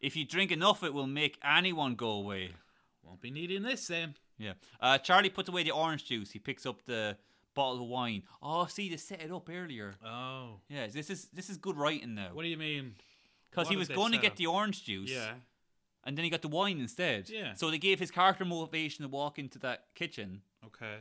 B: If you drink enough, it will make anyone go away.
A: Won't be needing this then.
B: Yeah. Uh, Charlie puts away the orange juice. He picks up the bottle of wine. Oh, see, they set it up earlier.
A: Oh.
B: Yeah, this is this is good writing now.
A: What do you mean?
B: Because
A: what
B: he
A: did
B: was
A: they
B: going to
A: set
B: get
A: up?
B: the orange juice,
A: Yeah.
B: and then he got the wine instead.
A: Yeah.
B: So they gave his character motivation to walk into that kitchen.
A: Okay.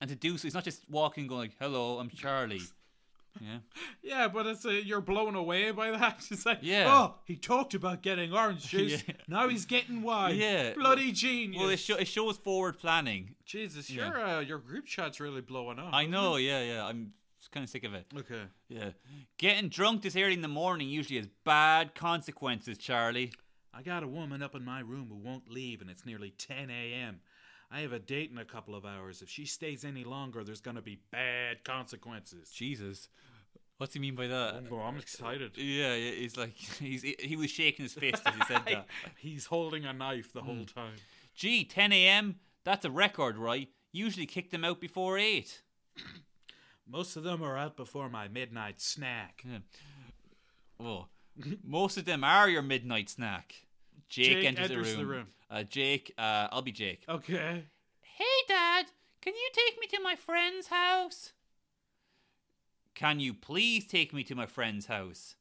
B: and to do so he's not just walking going hello i'm charlie yeah
A: Yeah, but it's a, you're blown away by that. It's like,
B: Yeah.
A: oh, he talked about getting orange juice.
B: Yeah.
A: Now he's getting wine.
B: Yeah.
A: Bloody genius.
B: well it, sho- it shows forward planning
A: Jesus,
B: Yeah.
A: your uh, your group chat's really blowing up.
B: i know yeah yeah i'm kind of sick of it
A: okay.
B: yeah getting drunk this early in the morning usually has bad consequences charlie
A: I got a woman up in my room who won't leave, and it's nearly 10 a.m. I have a date in a couple of hours. If she stays any longer, there's going to be bad consequences.
B: jesus what's he mean by that
A: Oh, I'm excited.
B: yeah, yeah he's like he's he he was shaking his fist as he said that
A: uh, He's holding a knife the whole time.
B: gee 10 a.m that's a record right usually kick them out before 8
A: Most of them are out before my midnight snack.
B: Oh, most of them are your midnight snack. Jake,
A: Jake
B: enters,
A: enters
B: the room.
A: the room. Oh.
B: Uh, Jake, uh, I'll be Jake.
A: Okay.
B: Hey, Dad, can you take me to my friend's house? Can you please take me to my friend's house?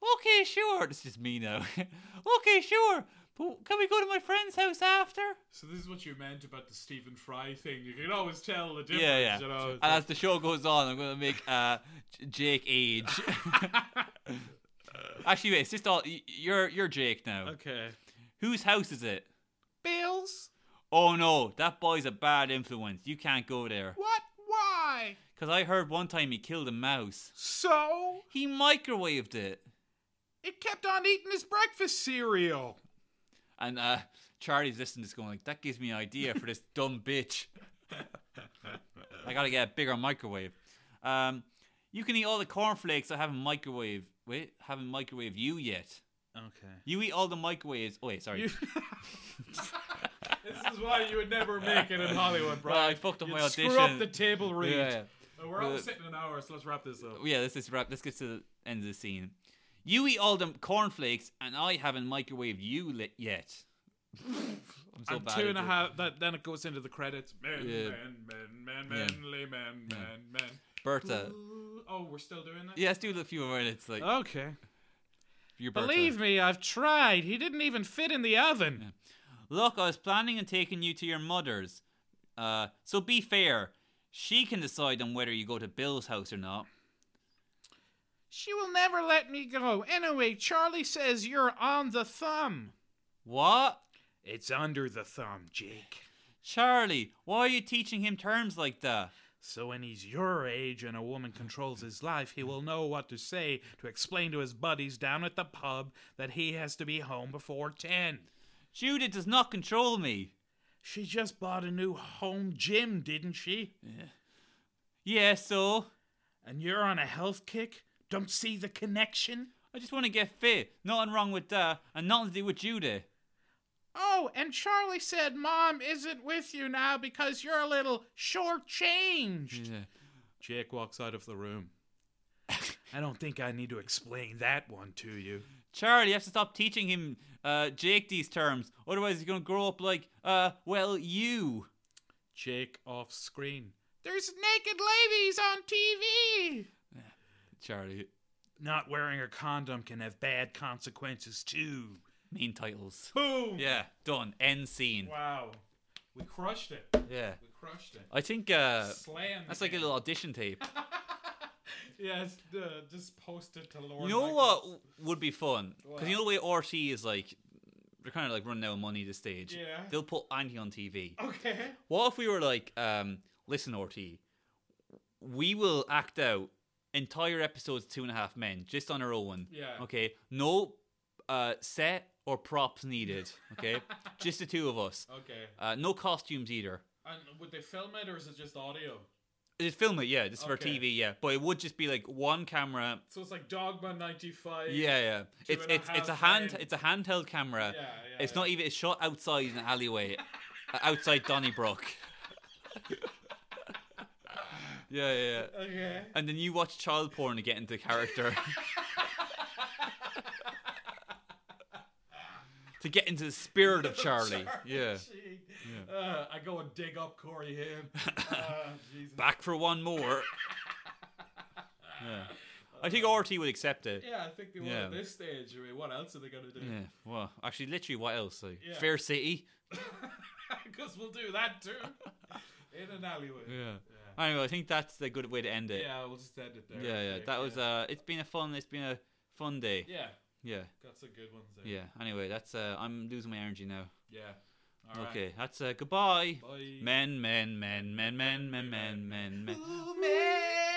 B: Okay, sure. This is me now. okay, sure. But can we go to my friend's house after?
A: So this is what you meant about the Stephen Fry thing. You can always tell the difference.
B: Yeah, yeah.
A: You know,
B: and as the show goes on, I'm gonna make uh, J- Jake age. Actually, wait. It's just all y- you're you're Jake now.
A: okay.
B: Whose house is it?
A: Bills?
B: Oh no, that boy's a bad influence. You can't go there.
A: What? Why?
B: Because I heard one time he killed a mouse.
A: So?
B: He microwaved it.
A: It kept on eating his breakfast cereal.
B: And uh, Charlie's listening to this going like, that gives me an idea for this dumb bitch. I gotta get a bigger microwave. Um, you can eat all the cornflakes I haven't microwaved. Wait, haven't microwaved you yet.
A: Okay.
B: You eat all the microwaves. Oh, wait, sorry.
A: You- This is why you would never make it in Hollywood, bro.
B: Well, I fucked up my
A: You'd
B: audition.
A: screw up the table read.
B: yeah.
A: Uh, We're
B: Uh,
A: all sitting an hour, so let's wrap this up.
B: Oh, yeah, let's just wrap. Let's get to the end of the scene. You eat all them cornflakes, and I haven't microwaved you li- yet. I'm so
A: and
B: bad
A: two
B: at
A: and a
B: it.
A: half. That, then it goes into the credits. Men,
B: Yeah.
A: men, men, men,
B: Yeah.
A: manly men,
B: Yeah.
A: men, men.
B: Bertha.
A: Ooh. Oh, we're still doing that.
B: Yeah, let's do a few more minutes. Like
A: Okay.
B: you're Bertha.
A: Believe me, I've tried. He didn't even fit in the oven.
B: Look, I was planning on taking you to your mother's. Uh, so be fair. She can decide on whether you go to Bill's house or not.
A: She will never let me go. Anyway, Charlie says you're on the thumb.
B: What?
A: It's under the thumb, Jake.
B: Charlie, why are you teaching him terms like that?
A: So when he's your age and a woman controls his life, he will know what to say to explain to his buddies down at the pub that he has to be home before 10.
B: Judith does not control me.
A: She just bought a new home gym, didn't she?
B: Yeah, so
A: And you're on a health kick? Don't see the connection?
B: I just want to get fit. Nothing wrong with that, and nothing to do with you there.
A: Oh, and Charlie said Mom isn't with you now because you're a little shortchanged.
B: Yeah.
A: Jake Hmm. walks out of the room. I don't think I need to explain that one to you.
B: Charlie, you have to stop teaching him uh, Jake these terms. Otherwise, he's going to grow up like, uh, well, you.
A: Jake off screen. There's naked ladies on TV!
B: Charlie,
A: Not wearing a condom can have bad consequences, too.
B: mean titles.
A: Boom!
B: Yeah, done. End scene.
A: Wow. We crushed it.
B: Yeah.
A: We crushed it.
B: I think uh,
A: Slam.
B: that's like a little audition tape.
A: Yes, uh, just post it to Lauren.
B: You know what
A: Michaels.
B: would be fun? Because you know the way RT is like, they're kind of like running out of money at this stage.
A: Yeah.
B: They'll put anything on TV.
A: Okay.
B: What if we were like, um, listen, RT, we will act out entire episodes of Two and a Half Men just on our own.
A: Yeah.
B: Okay. No uh, set or props needed. Okay. just the two of us.
A: Okay.
B: Uh, no costumes either.
A: And would they film it or is it just audio?
B: Just film it, yeah. This is for
A: Okay.
B: TV, yeah. But it would just be like one camera.
A: So it's like Dogma 95.
B: Yeah, yeah.
A: Two
B: It's
A: and a
B: it's it's a
A: half
B: hand
A: men.
B: it's a handheld camera.
A: Yeah, yeah,
B: it's
A: yeah.
B: not even it's shot outside an alleyway, uh, outside Donnybrook. yeah, yeah, yeah.
A: Okay.
B: And then you watch child porn to get into character. to get into the spirit of Charlie. Yeah.
A: Gee. Uh, I go and dig up Corey Haim. Uh, Jesus.
B: Back for one more. Yeah. I think RT would accept it.
A: Yeah, I think they were
B: Yeah.
A: at this stage. I mean, what else are they going to do?
B: Yeah. Well, actually, literally, what else? Like,
A: Yeah.
B: Fair City.
A: Because we'll do that too. In an alleyway.
B: Yeah.
A: Yeah.
B: Anyway, I think that's the good way to end it.
A: Yeah, we'll just end it there.
B: Yeah, yeah.
A: I think,
B: That was
A: yeah.
B: uh it's been a fun it's been a fun day.
A: Yeah,
B: Yeah.
A: got some good ones there.
B: Yeah. Anyway, that's uh I'm losing my energy now.
A: Yeah. All right.
B: okay, that's uh goodbye.
A: Bye.
B: Men, men, men, men, men, men, men, men, men.
A: Ooh, man.